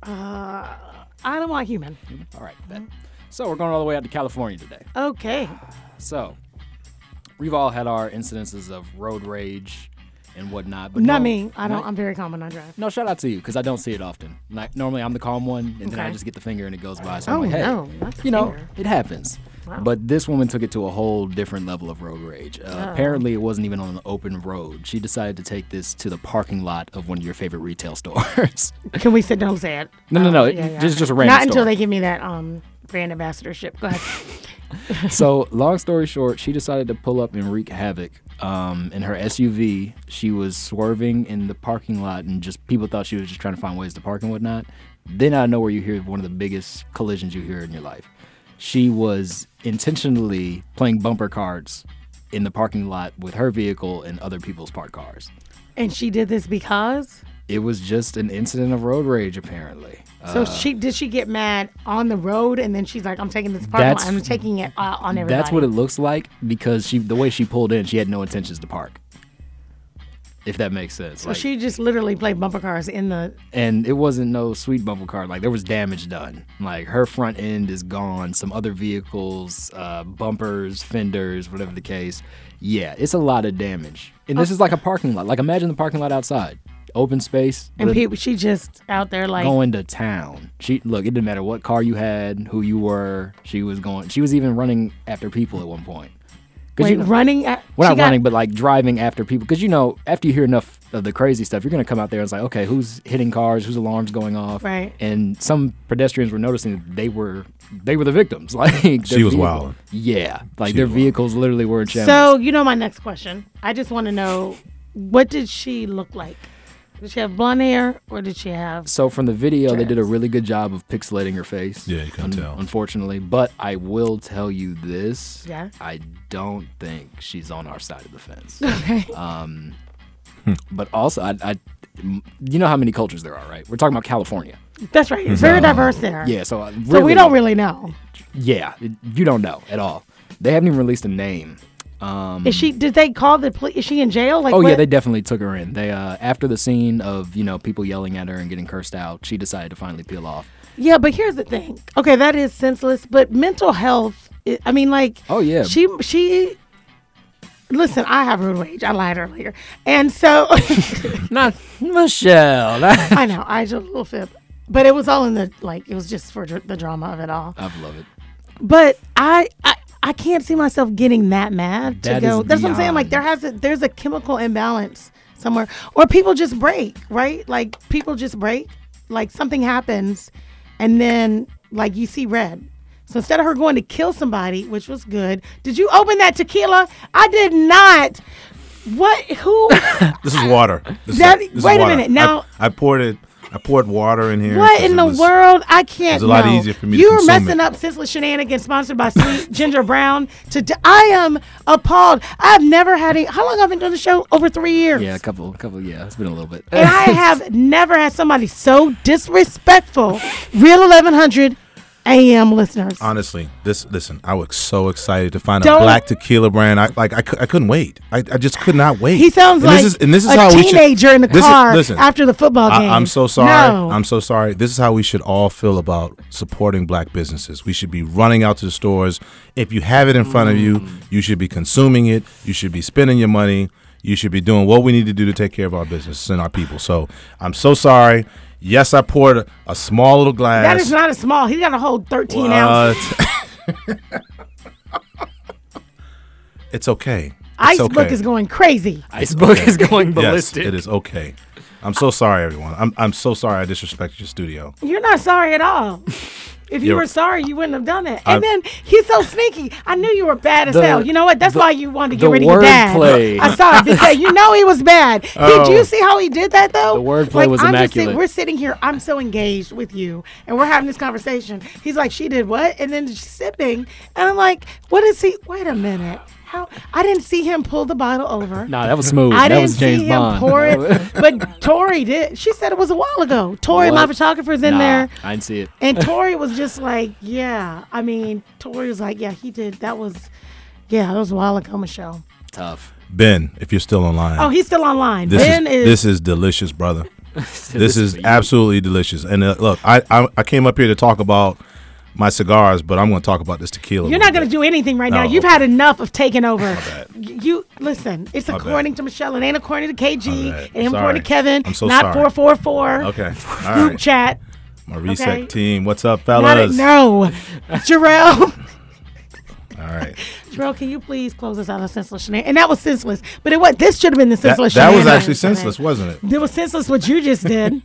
I don't want human.
All right, bet. So we're going all the way out to California today.
Okay.
So we've all had our incidences of road rage and whatnot, but
Not
no-
me. I don't.
no-
I'm very calm when I drive.
No, shout out to you because I don't see it often. Like normally, I'm the calm one, and then I
Okay.
just get the finger and it goes by. So
Oh,
I'm like, hey,
no, not the
you know,
finger.
it happens. But this woman took it to a whole different level of road rage. Uh,
Oh.
Apparently, it wasn't even on an open road. She decided to take this to the parking lot of one of your favorite retail stores.
Can we sit? Don't say it. Oh,
No, no, no. it- Just, just a random
Not until
story.
they give me that um brand ambassadorship. Go ahead.
so, long story short, she decided to pull up and wreak havoc. Um, in her SUV, she was swerving in the parking lot, and just people thought she was just trying to find ways to park and whatnot. Then out of nowhere, you hear one of the biggest collisions you hear in your life. She was intentionally playing bumper cards in the parking lot with her vehicle and other people's parked cars.
and she did this because.
It was just an incident of road rage, apparently.
So she did she get mad on the road and then she's like, I'm taking this part.
That's-
I'm taking it uh, on everybody.
That's what it looks like because she the way she pulled in, she had no intentions to park. If that makes sense.
So
Like-
she just literally played bumper cars in the.
and it wasn't no sweet bumper car. Like there was damage done. Like her front end is gone. Some other vehicles, uh, bumpers, fenders, whatever the case. Yeah, it's a lot of damage. And this is like a parking lot. Like imagine the parking lot outside, open space.
And
with-
people, she just out there like.
going to town. She look, it didn't matter what car you had, who you were. She was going. She was even running after people at one point. 'Cause
Wait,
you know-
running. At,
We're
she
not
got-
running, but like driving after people. Because you know, after you hear enough of the crazy stuff, you're going to come out there and it's like, okay, who's hitting cars? Whose alarms going off?
Right.
And some pedestrians were noticing that they were they were the victims. Like their
She was wildin'.
vehicle- Yeah, like their
was wildin'.
vehicles literally were in shambles.
So you know my next question. I just want to know, what did she look like? Did she have blonde hair or did she have?
So from the video, they did a really good job of pixelating her face.
Yeah, you couldn't tell.
Unfortunately, but I will tell you this.
Yeah.
I don't think she's on our side of the fence. Um,
Okay.
Hmm.
but also, I, I, you know how many cultures there are, right? We're talking about California.
That's right. It's very diverse there.
Yeah. So I really,
So we don't really know.
Yeah, you don't know at all. They haven't even released a name. Um,
Is she? Did they call the police? Is she in jail? Like,
Oh yeah,
what-
they definitely took her in. They uh, after the scene of you know people yelling at her and getting cursed out, she decided to finally peel off.
yeah. But here's the thing. Okay, that is senseless. But mental health. i I mean, like.
Oh, yeah.
She she. Listen, I have road rage. I lied earlier, and so
Not Michelle.
I know I just a little fib, but it was all in the like it was just for dr- the drama of it all.
I love it.
But I I, I can't see myself getting that mad to
That
go.
is
That's what I'm saying. Like there has a, there's a chemical imbalance somewhere, or people just break, right? Like people just break. Like something happens, and then like you see red. So instead of her going to kill somebody, which was good, did you open that tequila? I did not. What? Who?
This is water. This is-
That-
this is
wait a
water.
minute,
I-
now-
I, poured it. I poured water in here.
What
'cause
in
it
the
was-
world? I can't.
It's a lot
know.
easier for me to
You're
consume
messing
it.
up senseless shenanigans sponsored by Sweet Ginger Brown. Today, I am appalled. I've never had any. How long have I been doing the show? Over three years.
Yeah, a couple, couple. Yeah, it's been a little bit.
And I have never had somebody so disrespectful. Real 1100 AM listeners.
Honestly, this listen, I was so excited to find
Don't-
a black tequila brand. I like I, cou- I couldn't wait. I, I just could not wait.
He sounds
And
like
this is, and this is
a
how we should-
teenager in the
this is-
car
listen,
after the football game.
I, am so sorry.
No.
I'm so sorry. This is how we should all feel about supporting black businesses. We should be running out to the stores. If you have it in front of you,
Mm.
you should be consuming it. You should be spending your money. You should be doing what we need to do to take care of our businesses and our people. So I'm so sorry. Yes, I poured a, a small little glass.
that is not a small. He got a whole 13
uh,
ounce.
What? it's okay. It's
Ice
okay.
book is going crazy.
Icebook is going
Yes,
ballistic.
it is okay. I'm so sorry, everyone. I'm, I'm so sorry I disrespected your studio.
You're not sorry at all. If you
You're-
were sorry, you wouldn't have done that.
I-
And then he's so sneaky. I knew you were bad as
The-
hell. You know what? That's
the-
why you wanted to get
the
rid of your dad.
wordplay. Oh.
I saw it because you know he was bad. Did you see how he did that though?
The wordplay
Like,
was
I'm just
immaculate.
Sitting, we're sitting here. I'm so engaged with you, and we're having this conversation. He's like, "She did what?" And then just sipping, and I'm like, "What is he? Wait a minute. How? I didn't see him pull the bottle over.
Nah, that was smooth.
I
that
didn't
was James
see him
Bond.
pour it, but Tori did. She said it was a while ago. Tori, my
What?
photographer's in
nah,
there,
I didn't see it.
and Tori was just like, "Yeah." I mean, Tori was like, "Yeah, he did. That was, yeah, that was a while ago, Michelle."
Tough.
Ben, if you're still online.
Oh, he's still online.
this
ben
is,
is.
this is delicious, brother. this, is
for you.
absolutely delicious. And uh, look, I, I I came up here to talk about my cigars, but I'm going to talk about this tequila.
you're not going to do anything right now.
No,
You've
okay.
had enough of taking over. Y- You listen. It's
bad.
according to Michelle. It ain't according to KG.
My bad.
It ain't
Sorry.
according to Kevin.
I'm so
not
sorry.
four four four.
Okay. All
Group
right.
chat.
My Resec
okay.
team. What's up,
Not a,
fellas?
no, Jarrell.
All right.
Jarrell, can you please close us out of senseless shenanigans? And that was senseless. But it was this should have been the
That,
senseless.
that was
shenanigans.
actually senseless, wasn't it?
It was senseless what you just did.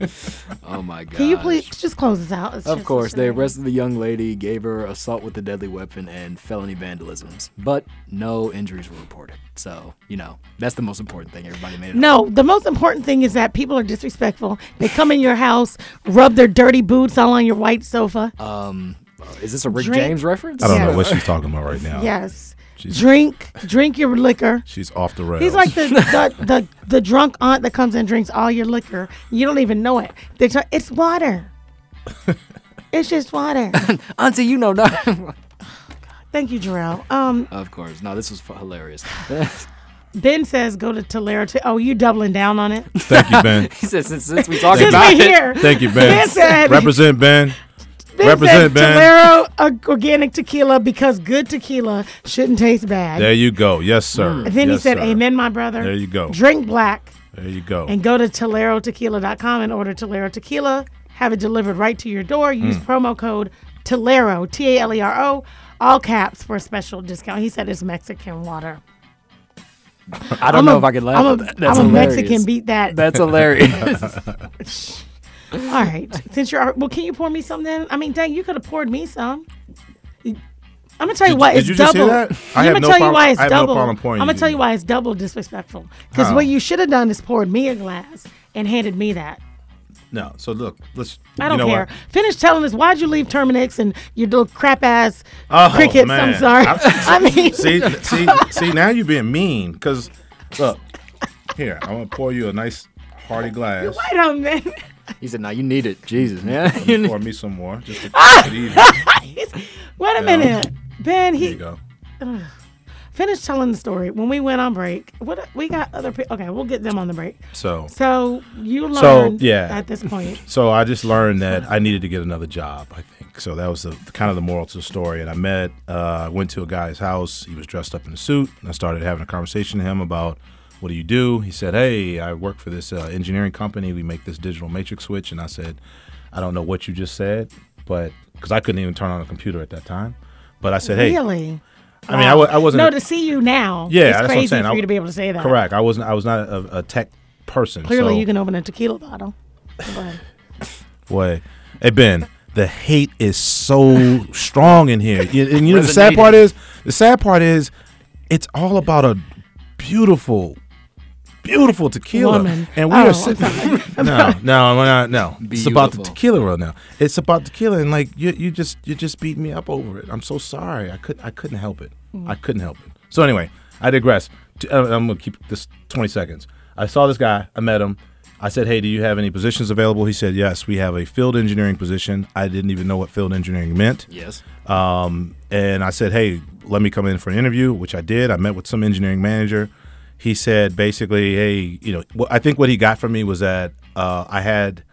Oh my god.
Can you please just close us out? It's
Of
just
course,
a
they
shame.
arrested the young lady, gave her assault with a deadly weapon and felony vandalisms, but no injuries were reported. So you know that's the most important thing. Everybody made it. up.
No, the most important thing is that people are disrespectful. They come in your house, rub their dirty boots all on your white sofa.
Uh, Is this a Rick
Drink-
James reference?
I don't
Yeah.
know what she's talking about right now.
yes.
She's-
Drink, drink your liquor.
She's off the rails.
He's like the, the the the drunk aunt that comes and drinks all your liquor. You don't even know it. They try, it's water. it's just water.
Auntie, you know no.
Thank you, Jarrell. Um,
of course. No, this was fu- hilarious.
Ben says go to Tolera. To, oh, you doubling down on it?
Thank you, Ben.
he said since, since we talked
Since
about
we
it,
here.
Thank you,
Ben
Ben.
said-
Represent Ben.
Ben
Represent,
says
Ben.
Tolero uh, organic tequila because good tequila shouldn't taste bad.
There you go. Yes, sir.
Hmm. And then
Yes,
he said,
sir.
"Amen, my brother."
There you go.
Drink black
There you go.
and go to tolerotequila.com and order Tolero Tequila. Have it delivered right to your door. Use
Hmm.
promo code Tolero T A L E R O, all caps for a special discount. He said it's Mexican water.
I don't know if I could laugh.
I'm
at
a,
that. That's
I'm a
hilarious.
Mexican. Beat that.
That's hilarious.
all right. Since you're well, can you pour me some then? I mean, dang, you could have poured me some. I'm gonna tell you
Did-
why
did
it's
you just hear
double.
that? I
I'm
have
gonna
no
tell you
problem-
why it's
I have no
double.
problem pouring
I'm
you
gonna tell
either.
you why it's double disrespectful. Because
How?
what you should have done is poured me a glass and handed me that.
no. So look, let's.
I don't
you know
care.
What?
Finish telling us why'd you leave Terminix and your little crap ass
Oh,
crickets. I'm
man.
sorry. I,
I-
mean,
See, see, see. Now you're being mean. Cause look, here I'm gonna pour you a nice hearty glass.
wait a minute.
he said, "No, you need it, Jesus, man. You
You
need-
pour me some more, just to keep it even.
Wait a minute, Ben.
There you
He
go.
finish telling the story when we went on break. What we got other people? Okay, we'll get them on the break.
So,
So you
So,
learned
yeah.
at this point.
so I just learned that I needed to get another job. I think so. That was the, kind of the moral to the story. And I met, uh, went to a guy's house. He was dressed up in a suit, and I started having a conversation to him about what do you do. He said, "Hey, I work for this uh, engineering company. We make this digital matrix switch." And I said, "I don't know what you just said, but because I couldn't even turn on a computer at that time." But I said, "Hey,
Really?
I mean, I, wa- I wasn't
No, to see you now.
Yeah,
it's
that's
crazy
what I'm saying.
for
I-
you to be able to say that.
correct. I wasn't. I was not a, a tech person.
Clearly,
so-
you can open a tequila bottle. But-
Boy, hey Ben, the hate is so strong in here. Y- And you know the sad
Resonating.
part is, the sad part is, it's all about a beautiful, beautiful tequila,
Woman.
and we
Oh, I'm
are sitting. no, no, we're not. No, it's about the
Beautiful.
tequila right now. It's about tequila, and like you, you just you just beat me up over it. I'm so sorry. I could I couldn't help it. I couldn't help it. So anyway, I digress. T- uh, I'm gonna keep this 20 seconds. I saw this guy. I met him. I I said, "Hey, do you have any positions available?" He said, "Yes, we have a field engineering position." I didn't even know what field engineering meant.
Yes.
Um, and I said, hey, let me come in for an interview, which I did. I met with some engineering manager. He said basically, hey, you know, wh- I think what he got from me was that uh, I had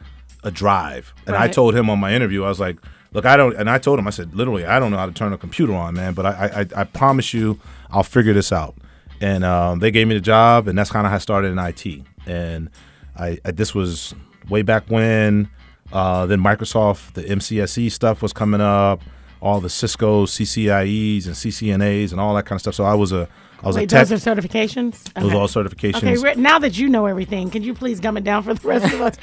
a drive. And I
Right.
told him on my interview, I was like, look, I don't, and I told him, I said, literally, I don't know how to turn a computer on, man, but I, I, I promise you, I'll figure this out. And um, they gave me the job, and that's kind of how I started in IT. And I, I this was way back when. Uh, then Microsoft, the MCSE E stuff was coming up, all the Cisco CCIEs and CCNAs and all that kind of stuff. So I was a I was a
Wait,
tech.
those are certifications.
those
Okay.
are all certifications.
Okay, Rick, now that you know everything, can you please dumb it down for the rest of us?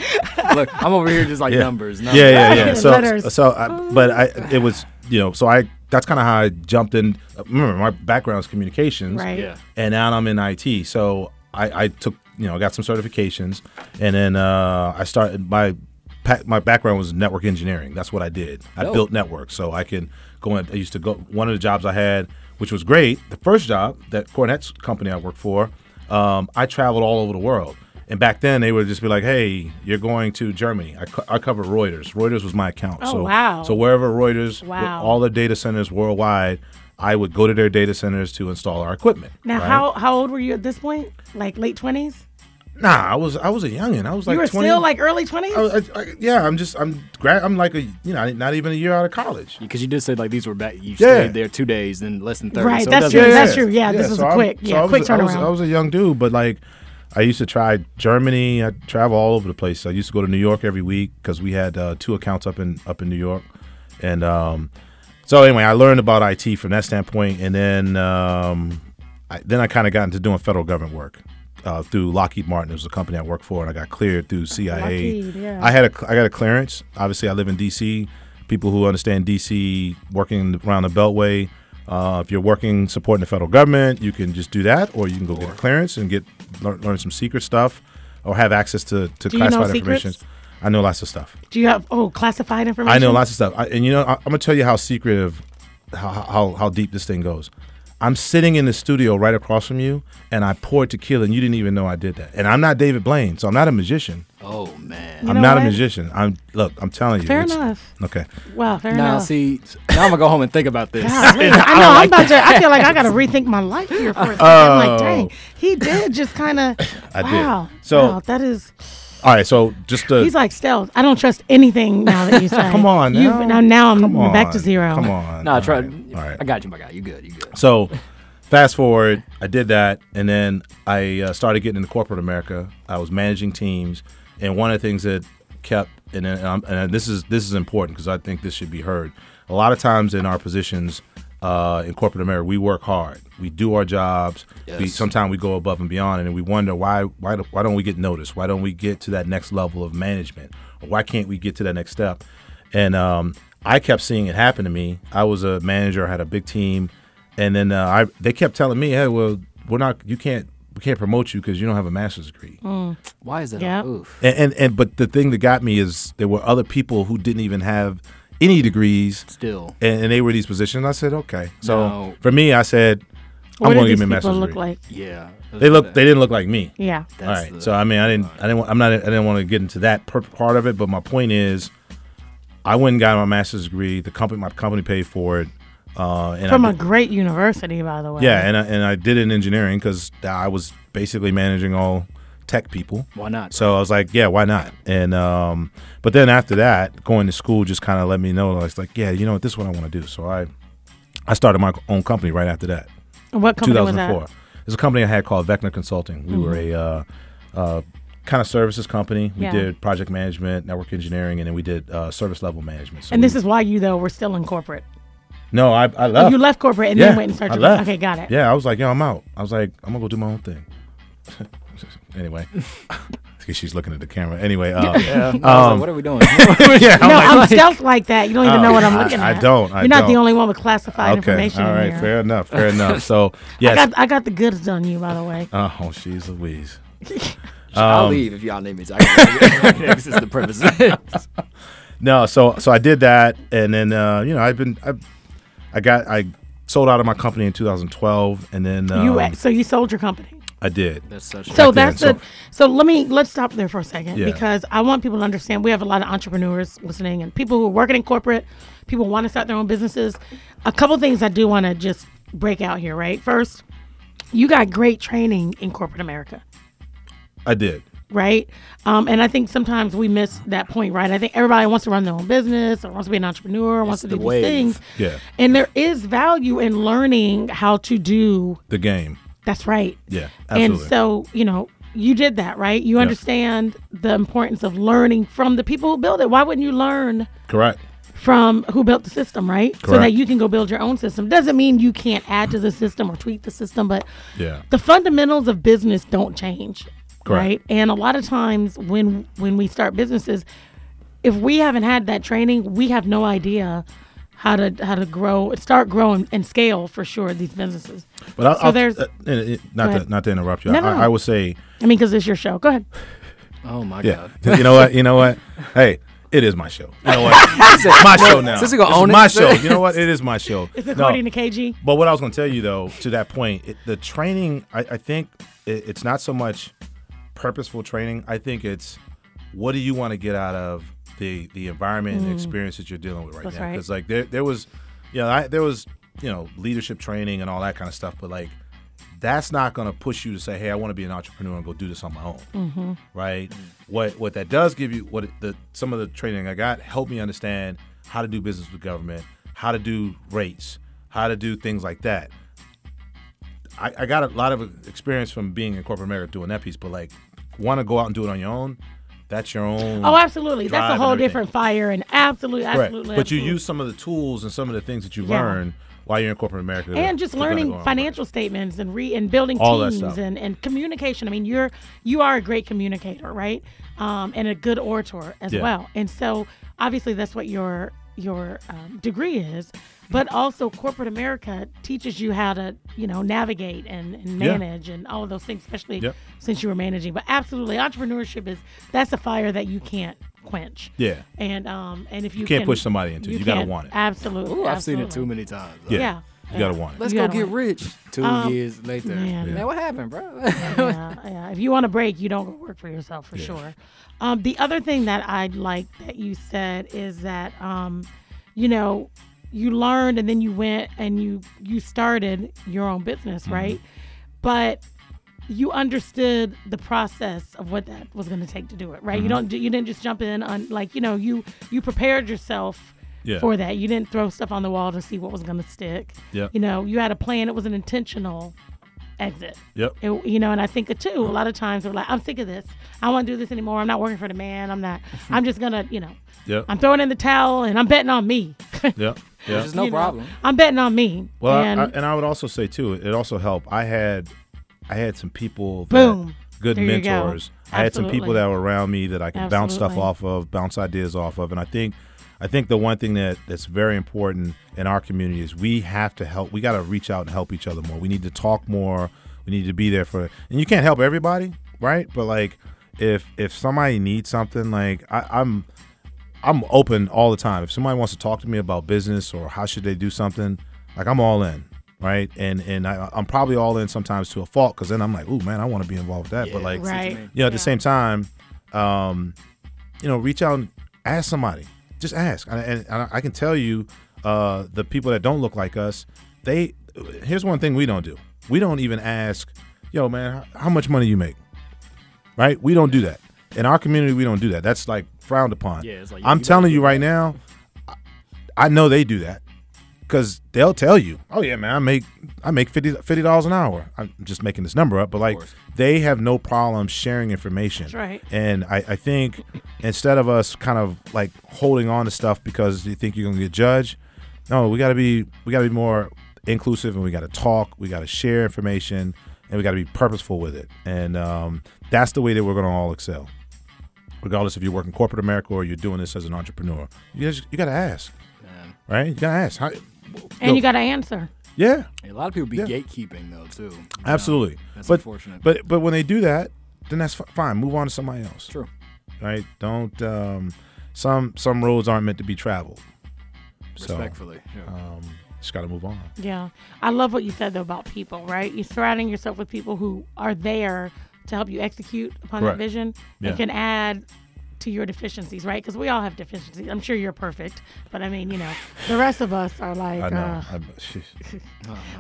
Look, I'm over here just like
yeah.
numbers.
Yeah,
numbers.
yeah, yeah. So,
Letters.
so, I, but I, it was, you know, so I, that's kind of how I jumped in. uh, Remember, my background's communications,
Right.
Yeah.
And now I'm in IT. So I, I took, you know, I got some certifications, and then uh, I started my, pa- my background was network engineering. That's what I did. I
Dope.
built networks, so I can go in. I used to go. One of the jobs I had, which was great, the first job that Cornette's company I worked for, um, I traveled all over the world. And back then, they would just be like, "Hey, you're going to Germany." I, co- I covered Reuters. Reuters was my account.
Oh,
so,
wow.
So wherever Reuters, with
Wow.
all their data centers worldwide, I would go to their data centers to install our equipment.
Now,
right?
how how old were you at this point? Like late twenties?
Nah, I was I was a youngin. I was like Oh.
you were
20.
still like early twenties.
I, was- I, I, yeah, I'm just I'm grad. I'm like a you know not even a year out of college.
Because you did say like these were back. You
Yeah.
stayed there two days, then less than thirty.
Right,
So it
that's
doesn't
true,
make
that's
sense.
true. Yeah, this was
I'm-
quick. Yeah,
I was-
quick
I was,
turnaround.
I was a young dude, but like, I used to try Germany. I travel all over the place. I used to go to New York every week because we had uh, two accounts up in up in New York, and um, so anyway, I learned about IT from that standpoint, and then um, I, then I kind of got into doing federal government work. Uh, through Lockheed Martin, it was a company I worked for, and I got cleared through CIA.
Lockheed, yeah.
I had a I got a clearance. Obviously, I live in DC. People who understand DC working around the Beltway, uh, if you're working supporting the federal government, you can just do that, or you can go get a clearance and get learn, learn some secret stuff, or have access to, to
Do you know
classified information.
secrets?
I know lots of stuff.
Do you have oh classified information?
I know lots of stuff, I, and you know I, I'm gonna tell you how secretive, how, how how deep this thing goes. I'm sitting in the studio right across from you, and I poured tequila, and you didn't even know I did that. And I'm not David Blaine, so I'm not a magician.
Oh man.
You
I'm
know
not a
what?
magician. I'm look. I'm telling you.
Fair
it's-
enough.
Okay.
Wow, fair
Now
enough.
see, now I'm gonna go home and think about this.
God, really? I know. I'm about to. I feel like I got to rethink my life here for a second. I'm like, dang, he did just kind of.
Oh. I did.
wow.
So-
wow, that is.
All right. So just to
He's like stealth. I don't trust anything now that you say.
come on
You've- Now,
now.
now I'm
Come on.
back to zero.
Come on.
No, I
All
tried.
right, All right.
I got you, my guy. You good? You good?
So, fast forward, I did that, and then I uh, started getting into corporate America. I was managing teams, and one of the things that kept and and, I'm, and this is this is important because I think this should be heard. A lot of times in our positions uh, in corporate America, we work hard, we do our jobs. We,
Yes.
sometimes we go above and beyond, and then we wonder why why do- why don't we get noticed? Why don't we get to that next level of management? Or why can't we get to that next step? And um, I kept seeing it happen to me. I was a manager, I had a big team, and then uh, I they kept telling me, "Hey, well, we're not. You can't. We can't promote you because you don't have a master's degree."
Mm.
Why is that?
Yeah.
A, oof.
And, and and but the thing that got me is there were other people who didn't even have any degrees,
Still.
and, and they were in these positions. I said, "Okay." So
No.
for me, I said,
What
"I'm
do
going to
these
give me
people
a master's
look
degree."
like?
Yeah.
They look. They didn't look like me.
Yeah.
All
That's
right.
the-
so I mean, I didn't. I didn't. wa- I'm not. I didn't want to get into that per- part of it. But my point is, I went and got my master's degree. The company, my company, paid for it. Uh, and I
From a
did-
great university, by the way.
yeah, and I, and I did it in engineering because I was basically managing all tech people.
Why not?
So I was like, yeah, why not? And um, but then after that, going to school just kind of let me know. I was like, yeah, you know what, this is what I want to do. So I I started my own company right after that.
And what company was that? Hmm.
2004. There's a company I had called Vecna Consulting. We were a uh, uh, kind of services company. We
Yeah.
did project management, network engineering, and then we did uh, service level management. So
And this
we-
is why you though were still in corporate.
no, I, I
Oh,
left.
you left corporate and
Uh, yeah,
then went and
I
started.
left.
Okay, got it.
Yeah, I was like, yo, I'm out. I was like, I'm gonna go do my own thing. anyway, because she's looking at the camera. Anyway, uh, yeah,
I was like, what are we doing?
yeah, I'm
No,
like,
I'm stealth like that. You don't even know what I'm
I-
looking
I
at.
don't, I
You're not the
don't.
only one with classified
okay,
information
all
in
right,
here.
fair enough, fair enough. So
I
yes,
got I got the goods on you, by the way.
oh, she's Louise.
I'll
um,
leave if y'all need me. to. I- this is the purpose.
No, so so I did that, and then uh, you know I've been I, I got I sold out of my company in 2012, and then um,
you so you sold your company.
I did.
That's such.
So
Back then,
that's the.
so-
So, let me let's stop there for a second
Yeah.
because I want people to understand we have a lot of entrepreneurs listening and people who are working in corporate, people who want to start their own businesses. A couple things I do want to just break out here, right? First, you got great training in corporate America.
I did.
right? Um, and I think sometimes we miss that point, right? I think everybody wants to run their own business or wants to be an entrepreneur, wants to do
the
these
wave.
things.
Yeah.
And there is value in learning how to do.
The game.
That's right.
Yeah, absolutely.
And so you know. You did that, right? You understand the importance of learning from the people who build it. Why wouldn't you learn
Correct.
from who built the system, right? So
Correct.
that you can go build your own system. Doesn't mean you can't add to the system or tweak the system, but
Yeah.
the fundamentals of business don't change,
Correct.
right? And a lot of times when when we start businesses, if we haven't had that training, we have no idea how to how to grow, start growing and scale for sure these businesses.
But I'll,
so
I'll
there's,
uh, and it- not to,
ahead.
not to interrupt you.
No,
I,
no.
I would say,
I mean, because it's your show. Go ahead.
Oh my
yeah.
god.
you know what? You know what? Hey, it is my show. You know what? It's my show now.
since you gonna
It's
own it,
my
so-
show. You know what? It is my show.
It's
No.
according to KG.
But what I was going to tell you though, to that point, it, the training, I, I think it, it's not so much purposeful training. I think it's what do you want to get out of the the environment and experience that you're dealing with right
Hmm. That's
now?
right.
Because like there there was, you know, I, there was you know leadership training and all that kind of stuff, but like that's not going to push you to say, hey, I want to be an entrepreneur and go do this on my own right?
Mm-hmm.
What what that does give you what it- the some of the training I got helped me understand how to do business with government, how to do rates, how to do things like that. I, I got a lot of experience from being in corporate America doing that piece, but like want to go out and do it on your own, that's your own.
Oh, absolutely. That's
drive
a
and
whole
everything.
different fire, and absolutely,
Correct.
absolutely.
But you
absolutely.
use some of the tools and some of the things that you
Yeah.
learn while you're in corporate America, to-
and just
to kinda go
learning
out and work.
financial statements and re and building
All that
teams
stuff.
and, and communication. I mean, you're you are a great communicator, right? Um, and a good orator as
Yeah.
well. And so obviously that's what your your um, degree is, but also corporate America teaches you how to you know navigate and, and
Yeah.
manage and all of those things, especially
Yep.
since you were managing. But absolutely, entrepreneurship is that's a fire that you can't quench.
Yeah.
And um and if you,
can't
can-
push somebody into it. You gotta
can't.
want it.
Absolutely.
Ooh, I've seen it too
absolutely.
many times.
Yeah,
Yeah.
you gotta want it.
Let's
You
go
gotta
get
win.
rich. Two
Um,
years later.
man. Yeah.
Now what happened, bro?
yeah, yeah. If you want a break, you don't go work for yourself for sure. Um, the other thing that I like that you said is that um, you know you learned and then you went and you you started your own business, right? But you understood the process of what that was going to take to do it, right? You don't you didn't just jump in on like you know you you prepared yourself.
Yeah.
For that, you didn't throw stuff on the wall to see what was going to stick.
Yep.
You know, you had a plan. It was an intentional exit.
Yep.
It- you know, and I think it too. A lot of times we're like, I'm sick of this. I don't want to do this anymore. I'm not working for the man. I'm not.
Mm-hmm.
I'm just gonna, you know,
Yep.
I'm throwing in the towel and I'm betting on me.
Yep. Yeah.
There's no
You know,
problem.
I'm betting on me.
Well, I-
and
I, and I would also say too, it also helped. I had, I had some people, that,
Boom.
good
There you go.
mentors. I had some people
Absolutely.
that were around me that I could bounce stuff
Absolutely.
off of, bounce ideas off of, and I think, I think the one thing that that's very important in our community is we have to help. We got to reach out and help each other more. We need to talk more. We need to be there for. And you can't help everybody, right? But like, if if somebody needs something, like I, I'm. I'm open all the time. If somebody wants to talk to me about business or how should they do something, like I'm all in, right? And and I, I'm probably all in sometimes to a fault because then I'm like, ooh man, I want to be involved with that. but like,
right.
you know, at the same time, um, you know, reach out and ask somebody. Just ask, and, and, and I can tell you, uh, the people that don't look like us, they. Here's one thing we don't do. We don't even ask, yo man, how, how much money you make right? We don't do that. In our community, we don't do that. That's like frowned upon.
Yeah, it's like,
I'm
you
telling you right now, I, I know they do that because they'll tell you, "Oh yeah, man, I make I make 50 dollars an hour." I'm just making this number up, but like they have no problem sharing information. That's
right.
And I, I think instead of us kind of like holding on to stuff because you think you're gonna get judged, no, we gotta be we gotta be more inclusive and we gotta talk, we gotta share information, and we gotta be purposeful with it. And um, that's the way that we're gonna all excel. Regardless if you're working corporate America or you're doing this as an entrepreneur, you just, you gotta ask, right? You gotta ask. How,
and you got to answer.
yeah,
A lot of people be
Yeah.
gatekeeping though too.
absolutely.
that's
but,
unfortunate.
But but when they do that, then that's f- fine. Move on to somebody else.
True.
Right? Don't. Um, some some roads aren't meant to be traveled. So,
Respectfully. yeah.
Just got to move on.
Yeah. I love what you said though about people, right? You're surrounding yourself with people who are there to help you execute upon
Correct.
that vision
Yeah.
and can add to your deficiencies, right? Because we all have deficiencies. I'm sure you're perfect, but I mean, you know, the rest of us are like,
I know.
uh,
I'm, sheesh.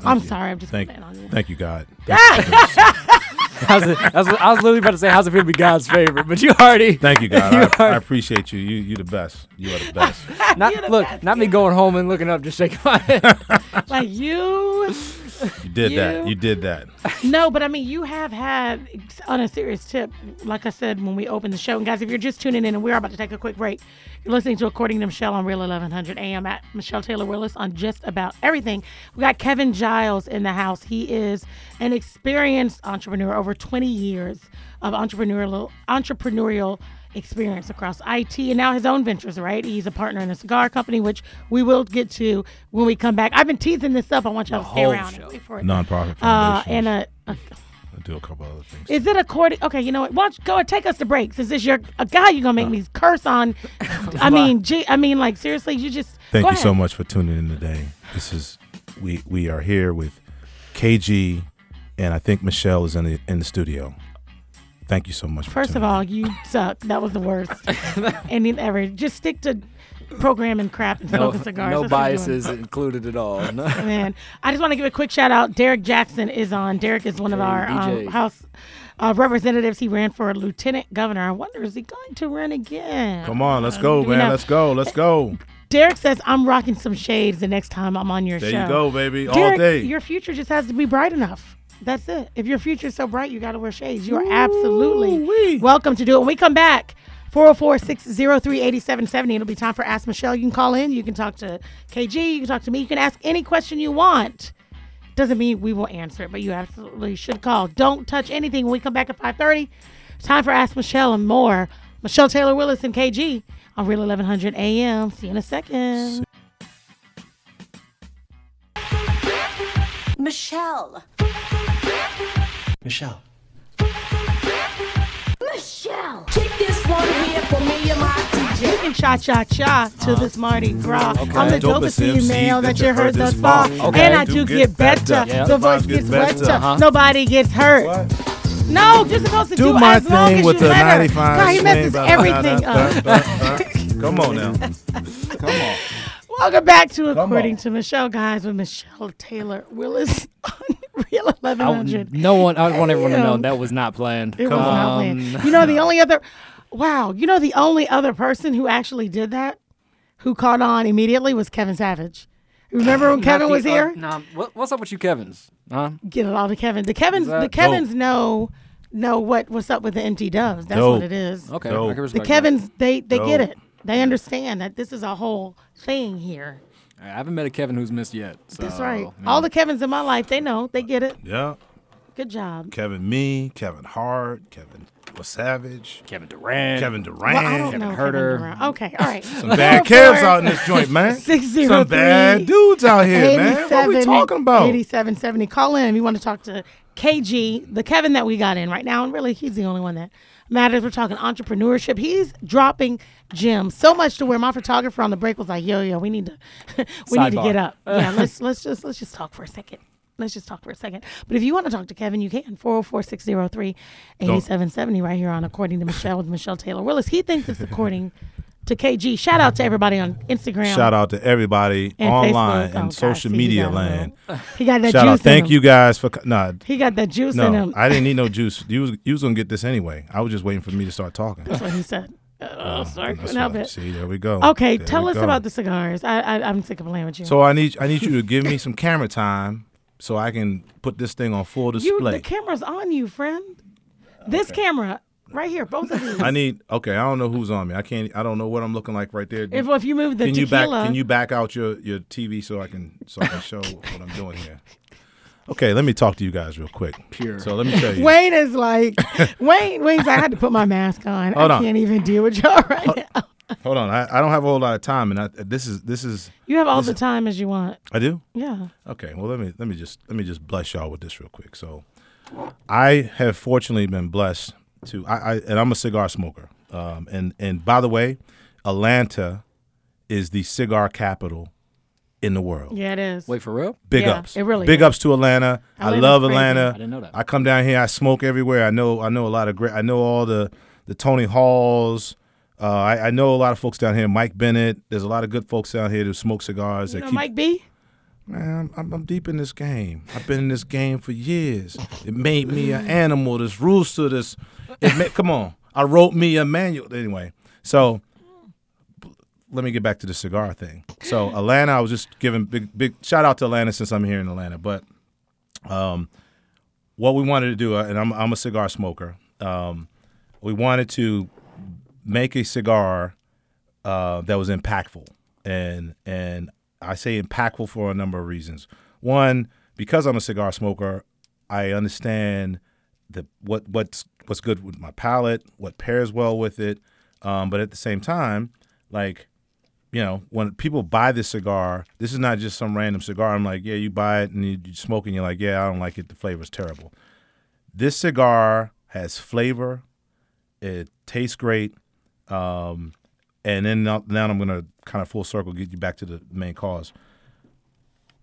I'm sorry, I'm just
thank,
playing on you.
thank you, God. Thank you,
I was, I, was, I was literally about to say, how's it feel to be God's favorite? But you already.
thank you, God. I, I appreciate you. You, you the best. You are the best.
You're the
Not, look,
best
not me
giver.
going home and looking up, just shaking my head.
Like you,
You did that.
You-
You did that.
no, but I mean, you have had on a serious tip, like I said when we opened the show. And guys, if you're just tuning in, and we're about to take a quick break, you're listening to According to Michelle on Real 1100 AM at Michelle Taylor Willis on just about everything. We got Kevin Giles in the house. He is an experienced entrepreneur, over 20 years of entrepreneurial entrepreneurial experience across IT and now his own ventures, right? He's a partner in a cigar company, which we will get to when we come back. I've been teasing this up. I want y'all to stay
whole
around
show.
and wait for it.
Nonprofit
Uh,
foundation.
and a, a
I do a couple other things.
is it according? Okay, you know what? Watch, go and take us to break. Since this your a guy, you gonna make
Uh.
me curse on. I mean, gee, I mean, like seriously, you just
Thank
go
you so
ahead.
much for tuning in today. This is we we are here with KG, and I think Michelle is in the in the studio. Thank you so much. For
First of
tuning in.
all, you suck. That was the worst ending ever. Just stick to programming crap and
no
smoking cigars.
no
That's what you're doing.
biases included at all. No.
man. I just want to give a quick shout out. Derek Jackson is on. Derek is one of
Hey,
our um,
DJ.
House uh, representatives. He ran for lieutenant governor. I wonder is he going to run again?
come on, let's go,
Do we
man.
know?
Let's go, let's go.
Derek says I'm rocking some shades the next time I'm on your
There
show.
you go, baby, all
Derek,
day.
Your future just has to be bright enough. That's it. If your future's so bright, you got to wear shades. You are absolutely welcome to do it. When we come back, 404 603 8770. It'll be time for Ask Michelle. You can call in. You can talk to KG. You can talk to me. You can ask any question you want. Doesn't mean we will answer it, but you absolutely should call. Don't touch anything when we come back at 530. It's time for Ask Michelle and more. Michelle Taylor Willis and KG on Real 1100 AM. See you in a second.
Michelle.
Michelle.
Michelle. Kick this one here for me and my DJ.
You can cha cha cha to this Mardi Gras. I'm the
Dopest
dopest female
MC
that you heard thus far.
Okay.
And I do get better.
Yeah.
The
The
voice
vibes get
gets
better,
wetter.
huh?
Nobody gets hurt. No, you're supposed to do,
Do my
as long
thing
as
with
you
the
let her.
95
God, he messes
swing, ba-
everything
da-
up.
da- da- da. Come on now. Come on.
Welcome back to
Come
According
on.
to Michelle, guys, with Michelle Taylor Willis on Real 1100.
no one, I want everyone to know
Damn.
that was not planned.
It was not planned. You know the only other wow, you know the only other person who actually did that, who caught on immediately was Kevin Savage. Remember when Kevin was here?
uh, nah, what, what's up with you, Kevin's? Huh?
Get it all to Kevin. The Kevin's the
That-
Kevin's know know what what's up with the empty doves. That's
Dope.
what it is.
Okay,
No.
I can
The
respect that.
Kevin's they they get
Dope.
it. They understand that this is a whole thing here.
I haven't met a Kevin who's missed yet. So,
That's right.
Oh,
you know.
All the Kevins in my life, they know. They get it.
Yeah,
Good job.
Kevin, me, Kevin Hart, Kevin
Oh.
Savage,
Kevin Durant.
Kevin Durant.
Well, I don't know.
Herter.
Kevin Durant. okay, all right.
Some bad calves out in this joint, man.
603
Some bad dudes out here, man. What we talking about?
8770. Call in. You want to talk to KG, the Kevin that we got in right now. And really, he's the only one that matters. We're talking entrepreneurship. He's dropping gems so much to where my photographer on the break was like, yo, yo, we need to we need to
Sidebar.
get up. Yeah, let's let's just let's just talk for a second. Let's just talk for a second. But if you want to talk to Kevin, you can. 404 603 8770 right here on According to Michelle with Michelle Taylor Willis. He thinks it's according to KG. Shout out to everybody on Instagram.
Shout out to everybody
and
online
Facebook. Oh,
and
God,
social
see, he
media
got a
land.
little- He got that
Shout
juice.
out.
in
Thank
him.
you guys for co- nah.
He got that juice in
No,
him.
I didn't need no juice. You was you was gonna get this anyway. I was just waiting for me to start talking.
That's what he said. Oh, sorry,
That's
couldn't help
what-
it.
See, there we go.
Okay,
There
tell
we
us
go.
about the cigars. I, I I'm sick of playing with you.
So I need I need you to give me some camera time so I can put this thing on full
you the
display.
camera's on you, friend. This camera right here, both of these.
I need okay. I don't know who's on me. I can't. I don't know what I'm looking like right there.
if if you move the
can you back
tequila,
Can you back out your your TV so I can so I can show what I'm doing here? Okay, let me talk to you guys real quick.
Pure.
So let me tell you.
Wayne is like Wayne. Wayne's like I had to put my mask on.
Hold
I
on.
can't even deal with y'all right now.
Hold on, I, I don't have a whole lot of time, and I, this is this is
You have all the time as you want.
I do.
Yeah.
Okay, well let me let me just let me just bless y'all with this real quick. So, I have fortunately been blessed to I, I and I'm a cigar smoker. Um, and and by the way, Atlanta is the cigar capital in the world.
Yeah, it is.
Wait for real?
Big
Yeah,
ups.
it really
Big
is.
ups to Atlanta. I
Atlanta's
love
crazy.
Atlanta.
I didn't know that.
I come down here. I smoke everywhere. I know. I know a lot of great. I know all the the Tony Halls. Uh, I, I know a lot of folks down here. Mike Bennett. There's a lot of good folks down here who smoke cigars.
You
that
know
keep,
Mike B?
Man, I'm, I'm deep in this game. I've been in this game for years. It made me an animal. There's rules to this. It ma- come on. I wrote me a manual. Anyway, so b- let me get back to the cigar thing. So Atlanta, I was just giving big big shout out to Atlanta since I'm here in Atlanta. But um, what we wanted to do, uh, and I'm I'm a cigar smoker. Um, we wanted to make a cigar uh, that was impactful, and and I say impactful for a number of reasons. One, because I'm a cigar smoker, I understand the what what's what's good with my palate, what pairs well with it. Um, but at the same time, like you know, when people buy this cigar, this is not just some random cigar. I'm like, yeah, you buy it and you, you smoke it, and you're like, yeah, I don't like it. The flavor's terrible. This cigar has flavor. It tastes great. Um, and then now, now I'm going to kind of full circle get you back to the main cause.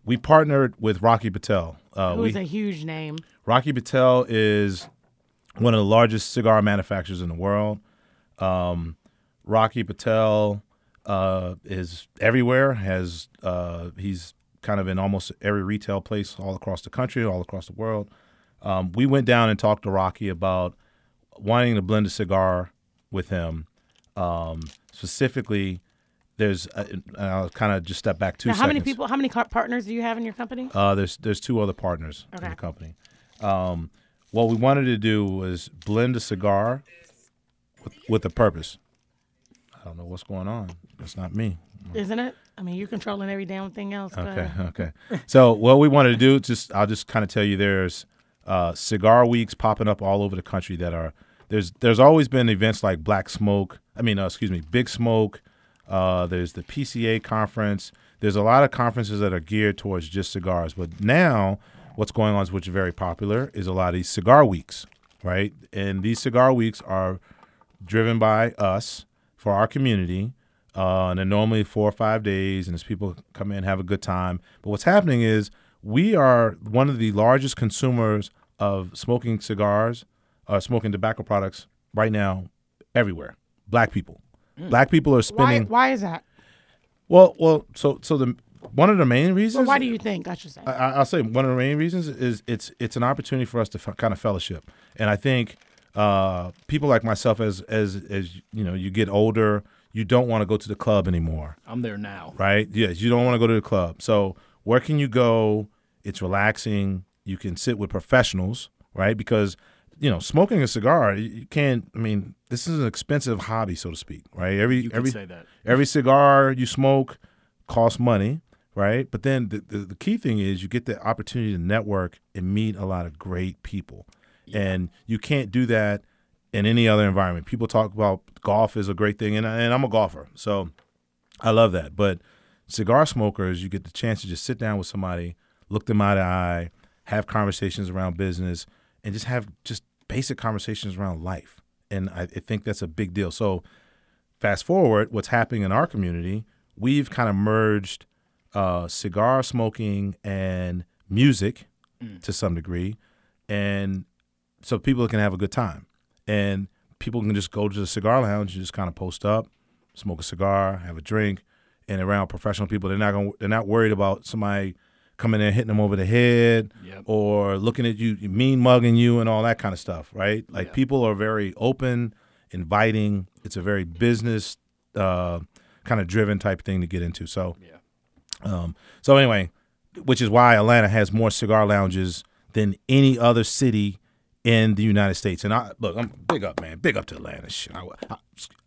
We partnered with Rocky Patel. Uh,
Who
we,
is a huge name.
Rocky Patel is one of the largest cigar manufacturers in the world. Um, Rocky Patel uh, is everywhere. Has uh, he's kind of in almost every retail place all across the country, all across the world. Um, we went down and talked to Rocky about wanting to blend a cigar with him. Um, specifically, there's uh, and I'll kind of just step back two
Now,
seconds.
how many people, how many car- partners do you have in your company?
Uh, there's there's two other partners in
Okay.
the company. Um, what we wanted to do was blend a cigar with, with a purpose. I don't know what's going on. That's not me.
Isn't it? I mean, you're controlling every damn thing else. but-
Okay, okay. So what we wanted to do, just I'll just kind of tell you, there's uh, cigar weeks popping up all over the country that are there's there's always been events like Black Smoke. I mean, uh, excuse me, Big Smoke. Uh, there's the PCA conference. There's a lot of conferences that are geared towards just cigars. But now, what's going on, is which is very popular, is a lot of these cigar weeks, right? And these cigar weeks are driven by us for our community. Uh, and they're normally four or five days, and as people come in, have a good time. But what's happening is we are one of the largest consumers of smoking cigars, uh, smoking tobacco products right now, everywhere. Black people, black people are
Mm. Why,
spending.
why is that?
Well, well, so so the one of the main reasons.
Well, why do you think? I should say.
I, I- I'll say one of the main reasons is it's it's an opportunity for us to f- kind of fellowship, and I think uh, people like myself, as as as you know, you get older, you don't want to go to the club anymore,
I'm there now.
right? Yes, you don't want to go to the club. So where can you go? It's relaxing. You can sit with professionals, right? Because you know, smoking a cigar, you you can't. I mean, this is an expensive hobby, so to speak, right? Every
You could
every
say that.
every cigar you smoke costs money, right? But then the, the, the key thing is you get the opportunity to network and meet a lot of great people. And you can't do that in any other environment. People talk about golf is a great thing, and, I, and I'm a golfer. So I love that. But cigar smokers, you get the chance to just sit down with somebody, look them eye to eye, have conversations around business, and just have just basic conversations around life. And I, I think that's a big deal. So fast forward, what's happening in our community, we've kind of merged uh, cigar smoking and music to some degree, and so people can have a good time, and people can just go to the cigar lounge and just kind of post up, smoke a cigar, have a drink, and around professional people, they're not going they're not worried about somebody coming in hitting them over the head
Yep.
or looking at you mean mugging you and all that kind of stuff, right? Like people are very open, inviting. It's a very business uh, kind of driven type thing to get into. So so anyway, which is why Atlanta has more cigar lounges than any other city in the United States. And I look, I'm big up, man, big up to Atlanta. Shit, I, I-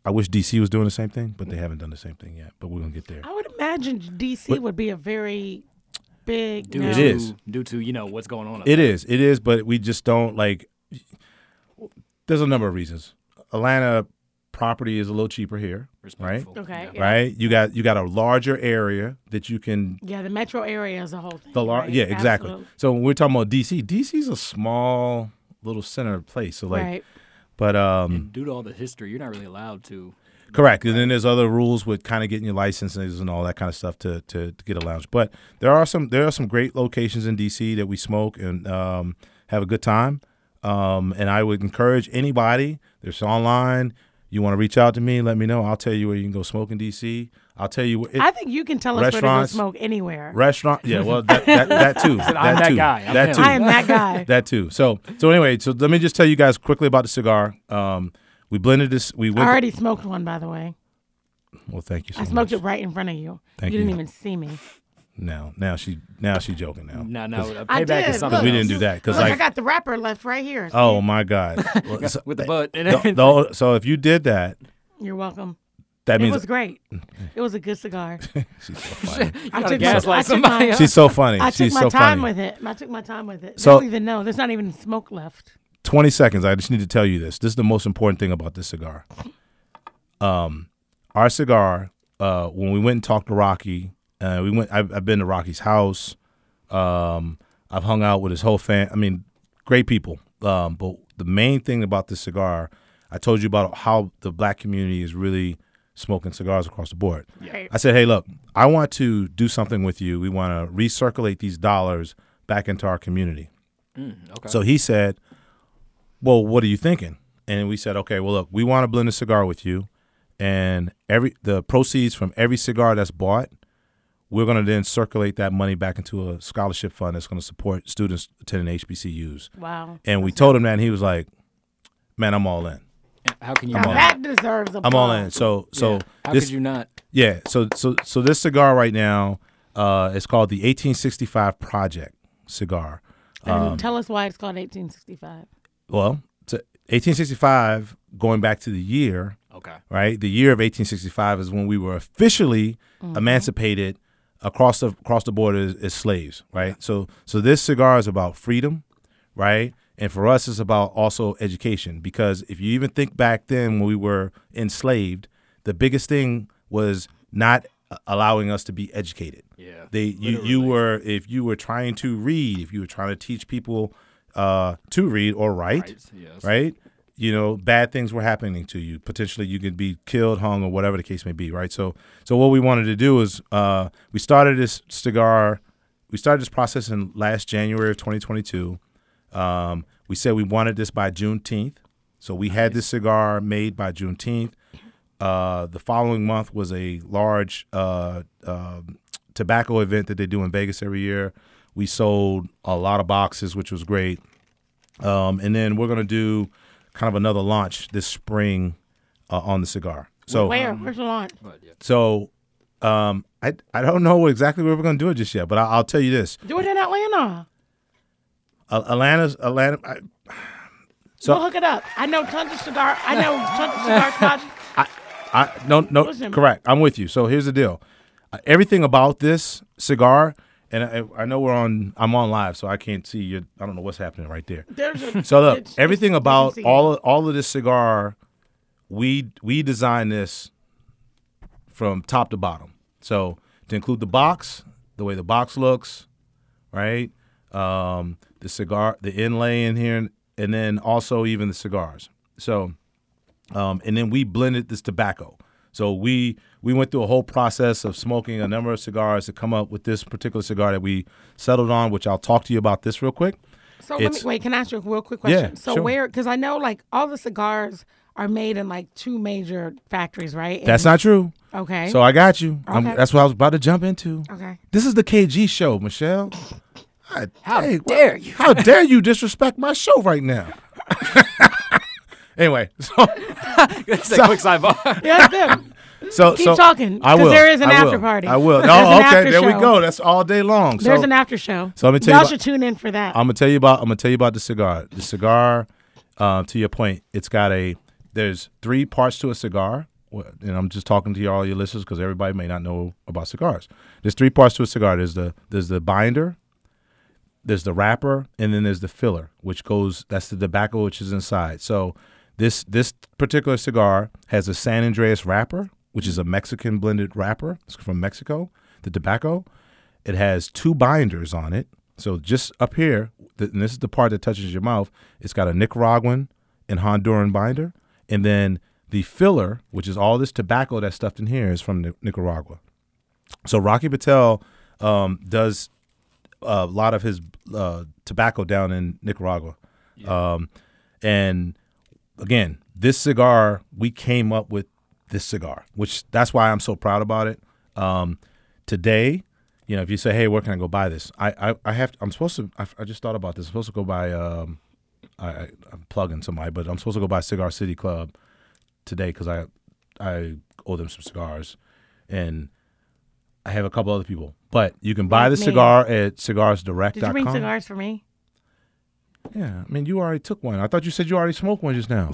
I wish DC was doing the same thing, but they haven't done the same thing yet. But we're gonna get there.
I would imagine DC would be a very big.
Due
no.
It
to,
is.
Due to, you know, what's going on. up
It is, it is, but we just don't like. There's a number of reasons. Atlanta property is a little cheaper here, right?
Respectful.
Okay. Yeah.
Right? You got you got a larger area that you can
Yeah, the metro area is a whole thing.
The lar-
right?
yeah, exactly.
Absolutely.
So when we're talking about DC, DC's a small little center place. So like,
right.
but um,
Due to all the history, you're not really allowed to
Correct. And then there's other rules with kind of getting your licenses and all that kind of stuff to, to, to get a lounge. But there are some there are some great locations in DC that we smoke and um, have a good time. Um, and I would encourage anybody that's online. You want to reach out to me? Let me know. I'll tell you where you can go smoke in DC. I'll tell you where. It,
I think you can tell us where to go
Restaurants.
smoke anywhere.
restaurant. Yeah, well, that, that, that too. that
"I'm that
too.
guy. I'm
that
him."
too.
I am that guy.
that too. So so anyway, so let me just tell you guys quickly about the cigar. Um, we blended this. We
I
went.
already smoked one, by the way.
well, thank you. So
I smoked
much.
it right in front of you.
Thank
you didn't
you.
even see me.
Now now she now she joking now.
No, no, a
I
payback
did,
is something.
look.
we didn't do that because
Look, I
like
got the wrapper left right here.
oh my god. Well, so,
with the butt. And
the- the- so if you did that,
You're welcome.
that
It
means
was great. It was a good cigar.
she's so funny.
I
gotta
took my-
gaslight
I took
somebody
my- uh,
else.
she's so funny.
I took
she's
my
so
time
funny.
with it. I took my time with it. They
So-
don't even know. There's not even smoke left.
20 seconds. I just need to tell you this. This is the most important thing about this cigar. Um, our cigar, uh, when we went and talked to Rocky, uh, we went. I've, I've been to Rocky's house. Um, I've hung out with his whole fan. I mean, great people. Um, but the main thing about this cigar, I told you about how the black community is really smoking cigars across the board. I said, hey, look, I want to do something with you. We want to recirculate these dollars back into our community. So he said, well, what are you thinking? And we said, okay, well, look, we want to blend a cigar with you, and every the proceeds from every cigar that's bought, we're going to then circulate that money back into a scholarship fund that's going to support students attending HBCUs.
Wow.
And we told him that, and he was like, "Man, I'm all in.
How can you
Now
not?
that deserves a
I'm all in." So, so
How
this,
could you not?
yeah, so so so this cigar right now, uh, is called the 1865 Project cigar. um,
Tell us why it's called 1865.
Well, to 1865, going back to the year,
Okay.
right? The year of 1865 is when we were officially emancipated across the across the border as, as slaves, right? So so this cigar is about freedom, right? And for us, it's about also education because if you even think back then when we were enslaved, the biggest thing was not a- allowing us to be educated.
Yeah,
they you, you were if you were trying to read, if you were trying to teach people uh, to read or write,
yes.
right? You know, bad things were happening to you. Potentially, you could be killed, hung, or whatever the case may be, right? So, so what we wanted to do is uh, we started this cigar. We started this process in last January of 2022. Um, we said we wanted this by Juneteenth, so we had this cigar made by Juneteenth. Uh, the following month was a large uh, um tobacco event that they do in Vegas every year. We sold a lot of boxes, which was great. Um, and then we're gonna do kind of another launch this spring uh, on the cigar. So
Where? Where's the launch?
so um, I I don't know exactly where we're gonna do it just yet, but I, I'll tell you this:
Do it in Atlanta.
uh, Atlanta's Atlanta. I, so
We'll hook it up. I know tons of cigar. I know tons of cigar spots.
I no no
Listen.
correct. I'm with you. So here's the deal. Uh, everything about this cigar, and I, I know we're on. I'm on live, so I can't see you. I don't know what's happening right there.
There's a,
So look,
it's-
everything
it's-
about
it's easy.
all of, all of this cigar, we we designed this from top to bottom. So to include the box, the way the box looks, right? Um, the cigar, the inlay in here, and then also even the cigars. So um, and then we blended this tobacco. So we we went through a whole process of smoking a number of cigars to come up with this particular cigar that we settled on, which I'll talk to you about this real quick.
So let me
it's-
wait. Can I ask you a real quick question?
Yeah,
so
sure.
where? Because I know like all the cigars are made in like two major factories, right?
That's not true.
not okay.
So I got you. I'm,
Okay.
that's what I was about to jump into.
okay.
This is the KG show, Michelle.
How dare you?
How dare you disrespect my show right now? anyway, so
That's a quick sidebar.
Yeah, that's it.
so
Keep
so
talking,
I
'cause
will.
there is an
I will.
after party.
I will.
There's
oh,
an
okay.
after
There we
show.
go. That's all day long.
There's
so,
an after show.
so let me tell you
all
about-
should tune in for that.
I'm gonna tell you about. I'm gonna tell you about the cigar. The cigar, uh, to your point, it's got a. There's three parts to a cigar, Wh- and I'm just talking to you, all your listeners because everybody may not know about cigars. There's three parts to a cigar. There's the there's the binder, there's the wrapper, and then there's the filler, which goes. That's the tobacco which is inside. So this this particular cigar has a San Andreas wrapper, which is a Mexican blended wrapper. It's from Mexico. The tobacco. It has two binders on it. So just up here, th- and this is the part that touches your mouth. It's got a Nicaraguan and Honduran binder, and then The filler, which is all this tobacco that's stuffed in here, is from Ni- Nicaragua. So Rocky Patel um, does a lot of his uh, tobacco down in Nicaragua. Um, and again, this cigar, we came up with this cigar, which that's why I'm so proud about it. Um, today, you know, if you say, "Hey, where can I go buy this?" I I, I have I'm supposed to. I, I just thought about this. I'm supposed to go buy. Um, I, I I'm plugging somebody, but I'm supposed to go by Cigar City Club today because I I owe them some cigars, and I have a couple other people. But you can buy the
me.
cigar at cigarsdirect.com.
Did you bring cigars for me?
Yeah, I mean, you already took one. I thought you said you already smoked one just now.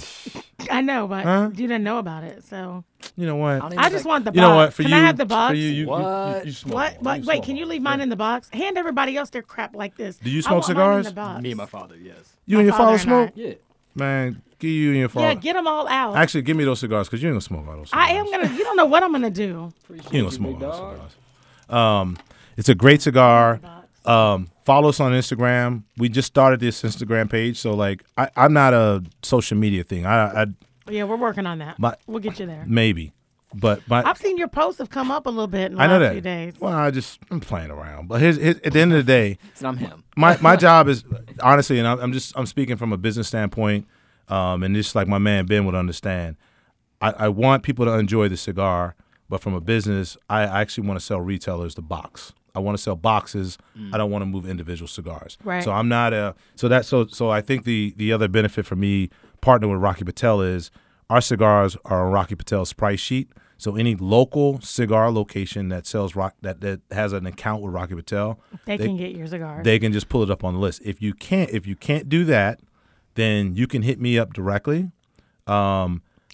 I know, but
Huh?
you didn't know about it, so
You know what?
I just want the box.
You know what? For
can
you,
I have the box?
For you, you, you, you,
What?
you smoke
what?
one.
what? Wait, can you leave mine in the box? Hand everybody else their crap like this.
Do you
I
smoke
want mine in
cigars?
the box.
Me and my father, yes.
You and your father smoke?
Yeah.
Man, give you and your father.
Yeah, get them all out.
Actually, give me those cigars because you ain't gonna smoke all those. Cigars.
I am gonna. You don't know what I'm gonna do.
You ain't gonna smoke all those cigars. Um, it's a great cigar. Um, follow us on Instagram. We just started this Instagram page, so like, I, I'm not a social media thing. I, I
Yeah, we're working on that.
My-
we'll get you there.
maybe, but my
I've seen your posts have come up a little bit in the
I know
last
that.
few days.
Well, I just I'm playing around, but here's, here's, at the end of the day,
So I'm him.
my my job is honestly, and I'm, I'm just I'm speaking from a business standpoint, um, and just like my man Ben would understand, I, I want people to enjoy the cigar, but from a business, I I actually want to sell retailers the box. I want to sell boxes. I don't want to move individual cigars.
Mm. Right.
So I'm not a so that so so I think the the other benefit for me partnering with Rocky Patel is our cigars are on Rocky Patel's price sheet. So any local cigar location that sells rock that, that has an account with Rocky Patel,
They, can get your cigars.
they can just pull it up on the list. If you can't, if you can't do that, then you can hit me up directly.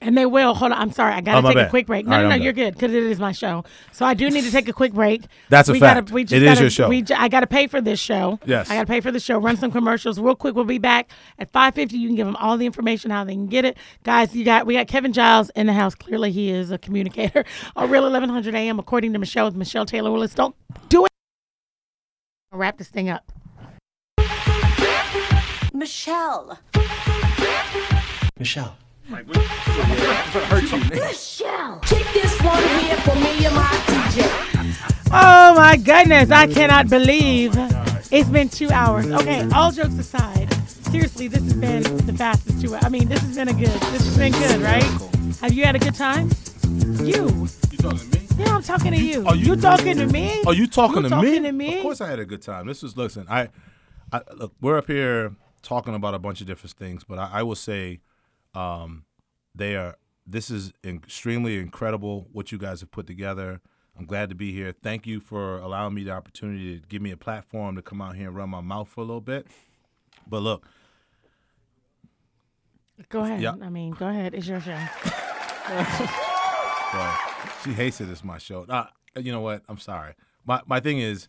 And they will. Hold on. I'm sorry. I got to
Oh, my
take a
bad.
quick break. No,
All right,
no, no.
I'm
You're good because it is my show. So I do need to take a quick break.
That's a
we
fact.
Gotta, we just
It is
gotta,
your show.
We j- I got to pay for this show.
Yes.
I got to pay for the show. Run some commercials real quick. We'll be back at 5:50. You can give them all the information how they can get it, guys. You got we got Kevin Giles in the house. Clearly, he is a communicator. A real 1100 a.m. According to Michelle with Michelle Taylor Willis. Don't do it. I'll wrap this thing up.
Michelle. Michelle.
Kick this one here for me and my DJ.
Oh my goodness, I cannot believe it's been two hours. Okay, all jokes aside, seriously, this has been the fastest two. I mean, this has been a good. This has been good, right? Have you had a good time? You.
You talking to me?
Yeah, I'm talking to you.
are you-
you talking to me?
Are Oh, you talking,
You
to, me?
talking to me?
Of course, I had a good time. This was listen. I, I look. We're up here talking about a bunch of different things, but I, I will say, um, they are. This is extremely incredible what you guys have put together. I'm glad to be here. Thank you for allowing me the opportunity to give me a platform to come out here and run my mouth for a little bit. But look,
Go ahead.
Yeah.
I mean, go ahead. It's your show.
Well, she hates it. It's my show. Nah, you know what? I'm sorry. My my thing is,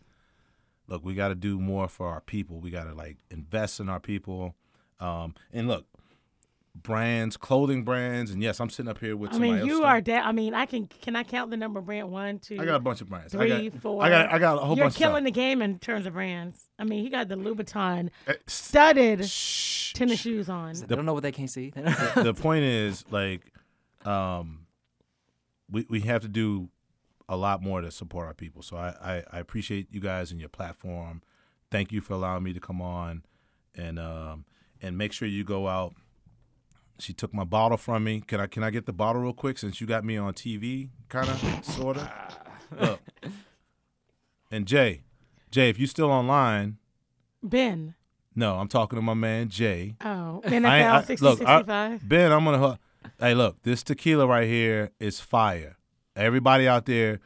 look, we got to do more for our people. We got to like invest in our people. Um, and look, brands, clothing brands, and yes, I'm sitting up here with.
I mean,
somebody
you
else's
are
stuff.
dead. I mean, I can. Can I count the number brand one, two?
I got a bunch of brands. I
Three,
got,
four.
I got I got a whole
You're
bunch.
killing
of
the game in terms of brands. I mean, he got the Louboutin
stuff. Eh,
studded
shh.
tennis shoes on.
They don't know what they can't see.
the point is like um we we have to do a lot more to support our people so I, I i appreciate you guys and your platform thank you for allowing me to come on and um and make sure you go out she took my bottle from me can i can i get the bottle real quick since you got me on tv kind of sort of look and jay jay if you still online
Ben.
no i'm talking to my man jay
Oh,
I ain't- I-
NFL 60
look, I-
65.
ben, I'm gonna. hu- Hey, look, this tequila right here is fire. Everybody out there,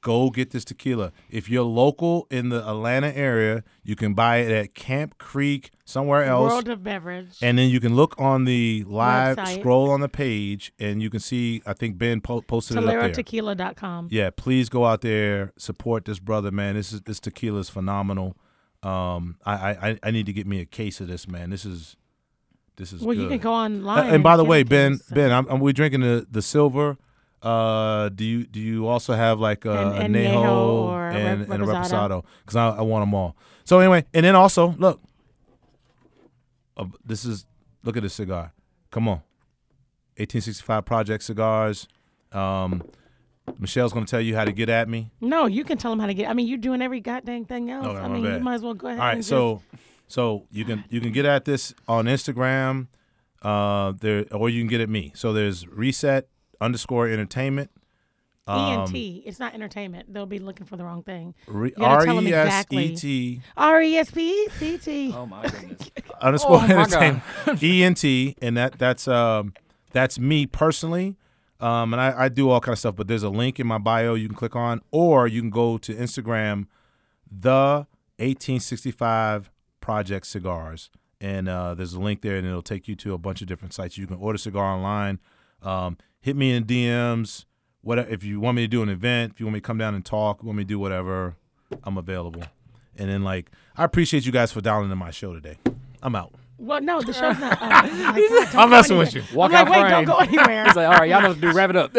go get this tequila. If you're local in the Atlanta area, you can buy it at Camp Creek somewhere else.
World of Beverage.
and then you can look on the live
Website.
scroll on the page, and you can see. I think Ben po- posted it up there.
ToleroTequila.com.
Yeah, please go out there support this brother, man. This is this tequila is phenomenal. Um, I I, I- I need to get me a case of this, man. This is this is
Well,
good.
you can go
Uh,
online.
and by the
get
way,
it,
Ben,
so-
Ben, I'm, I'm, we're drinking the the silver. Uh, do you do you also have like a,
And-
a
and
Neho
Neho or a
and,
Rep-
and a
Reposado?
Reposado? Because I, I want them all. So anyway, and then also look, uh, this is look at this cigar. Come on, 1865 Project Cigars. Um, Michelle's going to tell you how to get at me.
No, you can tell them how to get. I mean, you're doing every goddamn thing else.
Okay,
I
Oh, my
mean, you
bad.
might as well go ahead.
All
and
right,
just-
so so you can you can get at this on Instagram, uh, there or you can get at me. So there's reset underscore entertainment. um,
ENT. E It's not entertainment. They'll be looking for the wrong thing.
Re- E
You gotta tell 'em
R-E-S-E-T
R E S P E C T.
Oh my goodness.
underscore
Oh, my
entertainment. E-N-T, and that that's um that's me personally. Um, and I, I do all kind of stuff, but there's a link in my bio you can click on, or you can go to Instagram, the 1865 Project Cigars, and uh, there's a link there, and it'll take you to a bunch of different sites. You can order cigar online. Um, hit me in DMs. What if you want me to do an event? If you want me to come down and talk, want me to do whatever, I'm available. And then like, I appreciate you guys for dialing in my show today. I'm out.
Well, no, the show's not. up. He's like, "God, don't go
I'm messing
anywhere."
with you.
Walk
I'm like,
out
wait, don't
frame.
go anywhere.
It's like, all right, y'all know what to do. Wrap it up.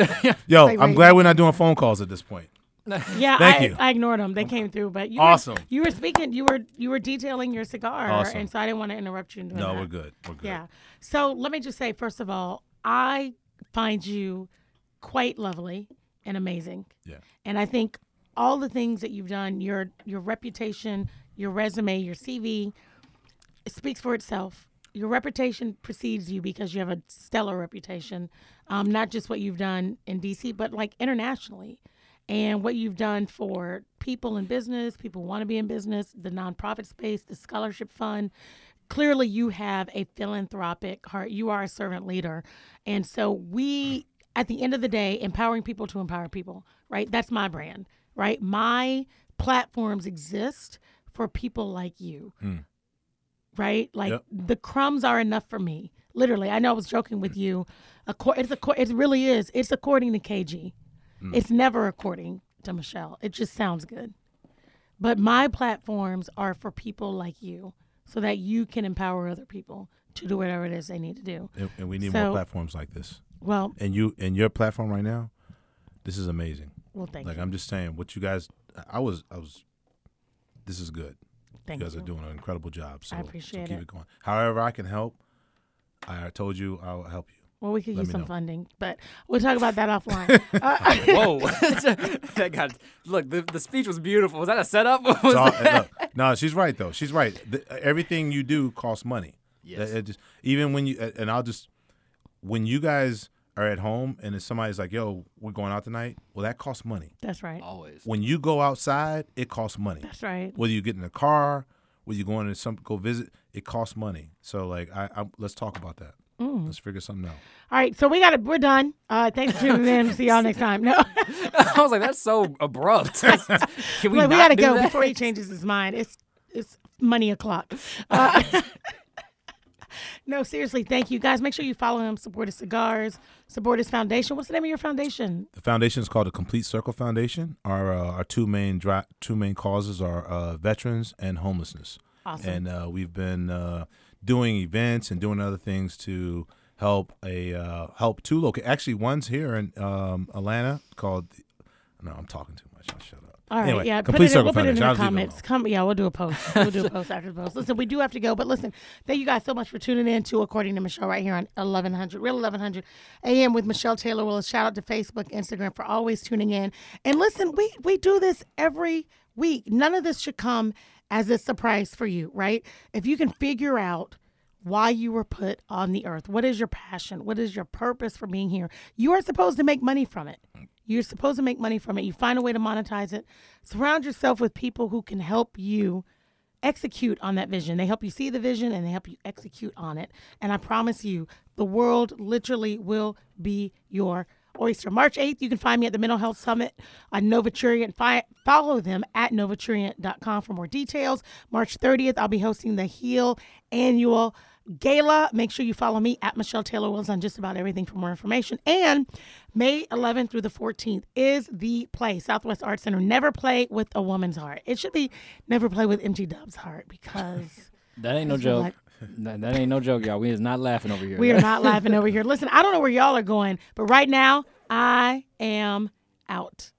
Yo,
Wait,
I'm
wait.
glad we're not doing phone calls at this point.
yeah,
Thank
I,
you.
I ignored them. They came through, but you
Awesome.
Were, you were speaking. You were you were detailing your cigar,
Awesome.
and so I didn't want to interrupt you. In doing
No,
that.
we're good. We're good.
Yeah. So let me just say, first of all, I find you quite lovely and amazing.
Yeah.
And I think all the things that you've done, your your reputation, your resume, your CV, it speaks for itself. Your reputation precedes you because you have a stellar reputation, um, not just what you've done in DC, but like internationally, and what you've done for people in business, people want to be in business, the nonprofit space, the scholarship fund. Clearly, you have a philanthropic heart. You are a servant leader, and so we, at the end of the day, empowering people to empower people. Right? That's my brand. Right? My platforms exist for people like you right? Like
Yep.
the crumbs are enough for me. Literally, I know I was joking with you. Acco- It's a, it really is. It's according to KG.
Mm.
It's never according to Michelle. It just sounds good. But my platforms are for people like you, so that you can empower other people to do whatever it is they need to do.
And, and we need
So-
more platforms like this.
Well,
And you and your platform right now, this is amazing.
well, thank
Like
you.
I'm just saying, what you guys, I was, I was, this is good.
Thank
you guys
you.
are doing an incredible job. So,
I
so
appreciate
keep
it.
it going. However, I can help. I told you I'll help you.
Well, we could
Let
use
me
some
know.
funding, but we'll talk about that offline. Uh,
Whoa. that got, look, the, the speech was beautiful. Was that a setup? Was
It's all-
that-
look, no, she's right though. She's right. The, everything you do costs money.
Yes.
It- it just- even when you and I'll just when you guys are at home and if somebody's like, "Yo, we're going out tonight," well, that costs money.
that's right.
Always.
When you go outside, it costs money.
That's right.
Whether you get in a car, whether you go in to some go visit, it costs money. So like, I, I let's talk about that.
Mm.
Let's figure something out.
All right, so we got it. We're done. Uh, thanks for tuning in. See y'all next time. No.
I was like, that's so abrupt. Can we
Look, we
not
gotta
do
go
that?
before he changes his mind. It's it's money o'clock. Uh, no, seriously, thank you guys. Make sure you follow him. Support his cigars. Support his foundation. What's the name of your foundation?
The foundation is called the Complete Circle Foundation. Our uh, our two main dri- two main causes are uh, veterans and homelessness.
Awesome.
And uh, we've been uh, doing events and doing other things to help a uh, help two local. Actually, one's here in um, Atlanta called. no, I'm talking too much. I'll shut up.
All right,
anyway,
yeah,
Complete
put it in,
Circle
we'll put it in
Foundation.
the
I'll leave it
comments.
alone.
Come, yeah, we'll do a post. We'll do a post after the post. Listen, we do have to go, but listen, thank you guys so much for tuning in to According to Michelle right here on 1100, Real 1100 AM with Michelle Taylor Willis. Shout out to Facebook, Instagram for always tuning in. And listen, we we do this every week. None of this should come as a surprise for you, right? If you can figure out why you were put on the earth. What is your passion? What is your purpose for being here? You are supposed to make money from it. You're supposed to make money from it. You find a way to monetize it. Surround yourself with people who can help you execute on that vision. They help you see the vision and they help you execute on it. And I promise you, the world literally will be your oyster. March 8th, you can find me at the Mental Health Summit on Novaturian. Fi- follow them at novaturian.com for more details. March 30th, I'll be hosting the Heal Annual Gala. Make sure you follow me at Michelle Taylor Wills on just about everything for more information. And May 11th through the 14th is the play, Southwest Arts Center. Never play with a woman's heart. It should be never play with empty Dub's heart because
That ain't no
That's what
joke. That, that ain't no joke, y'all. We is not laughing over here.
we are not laughing over here. Listen, I don't know where y'all are going, but right now I am out.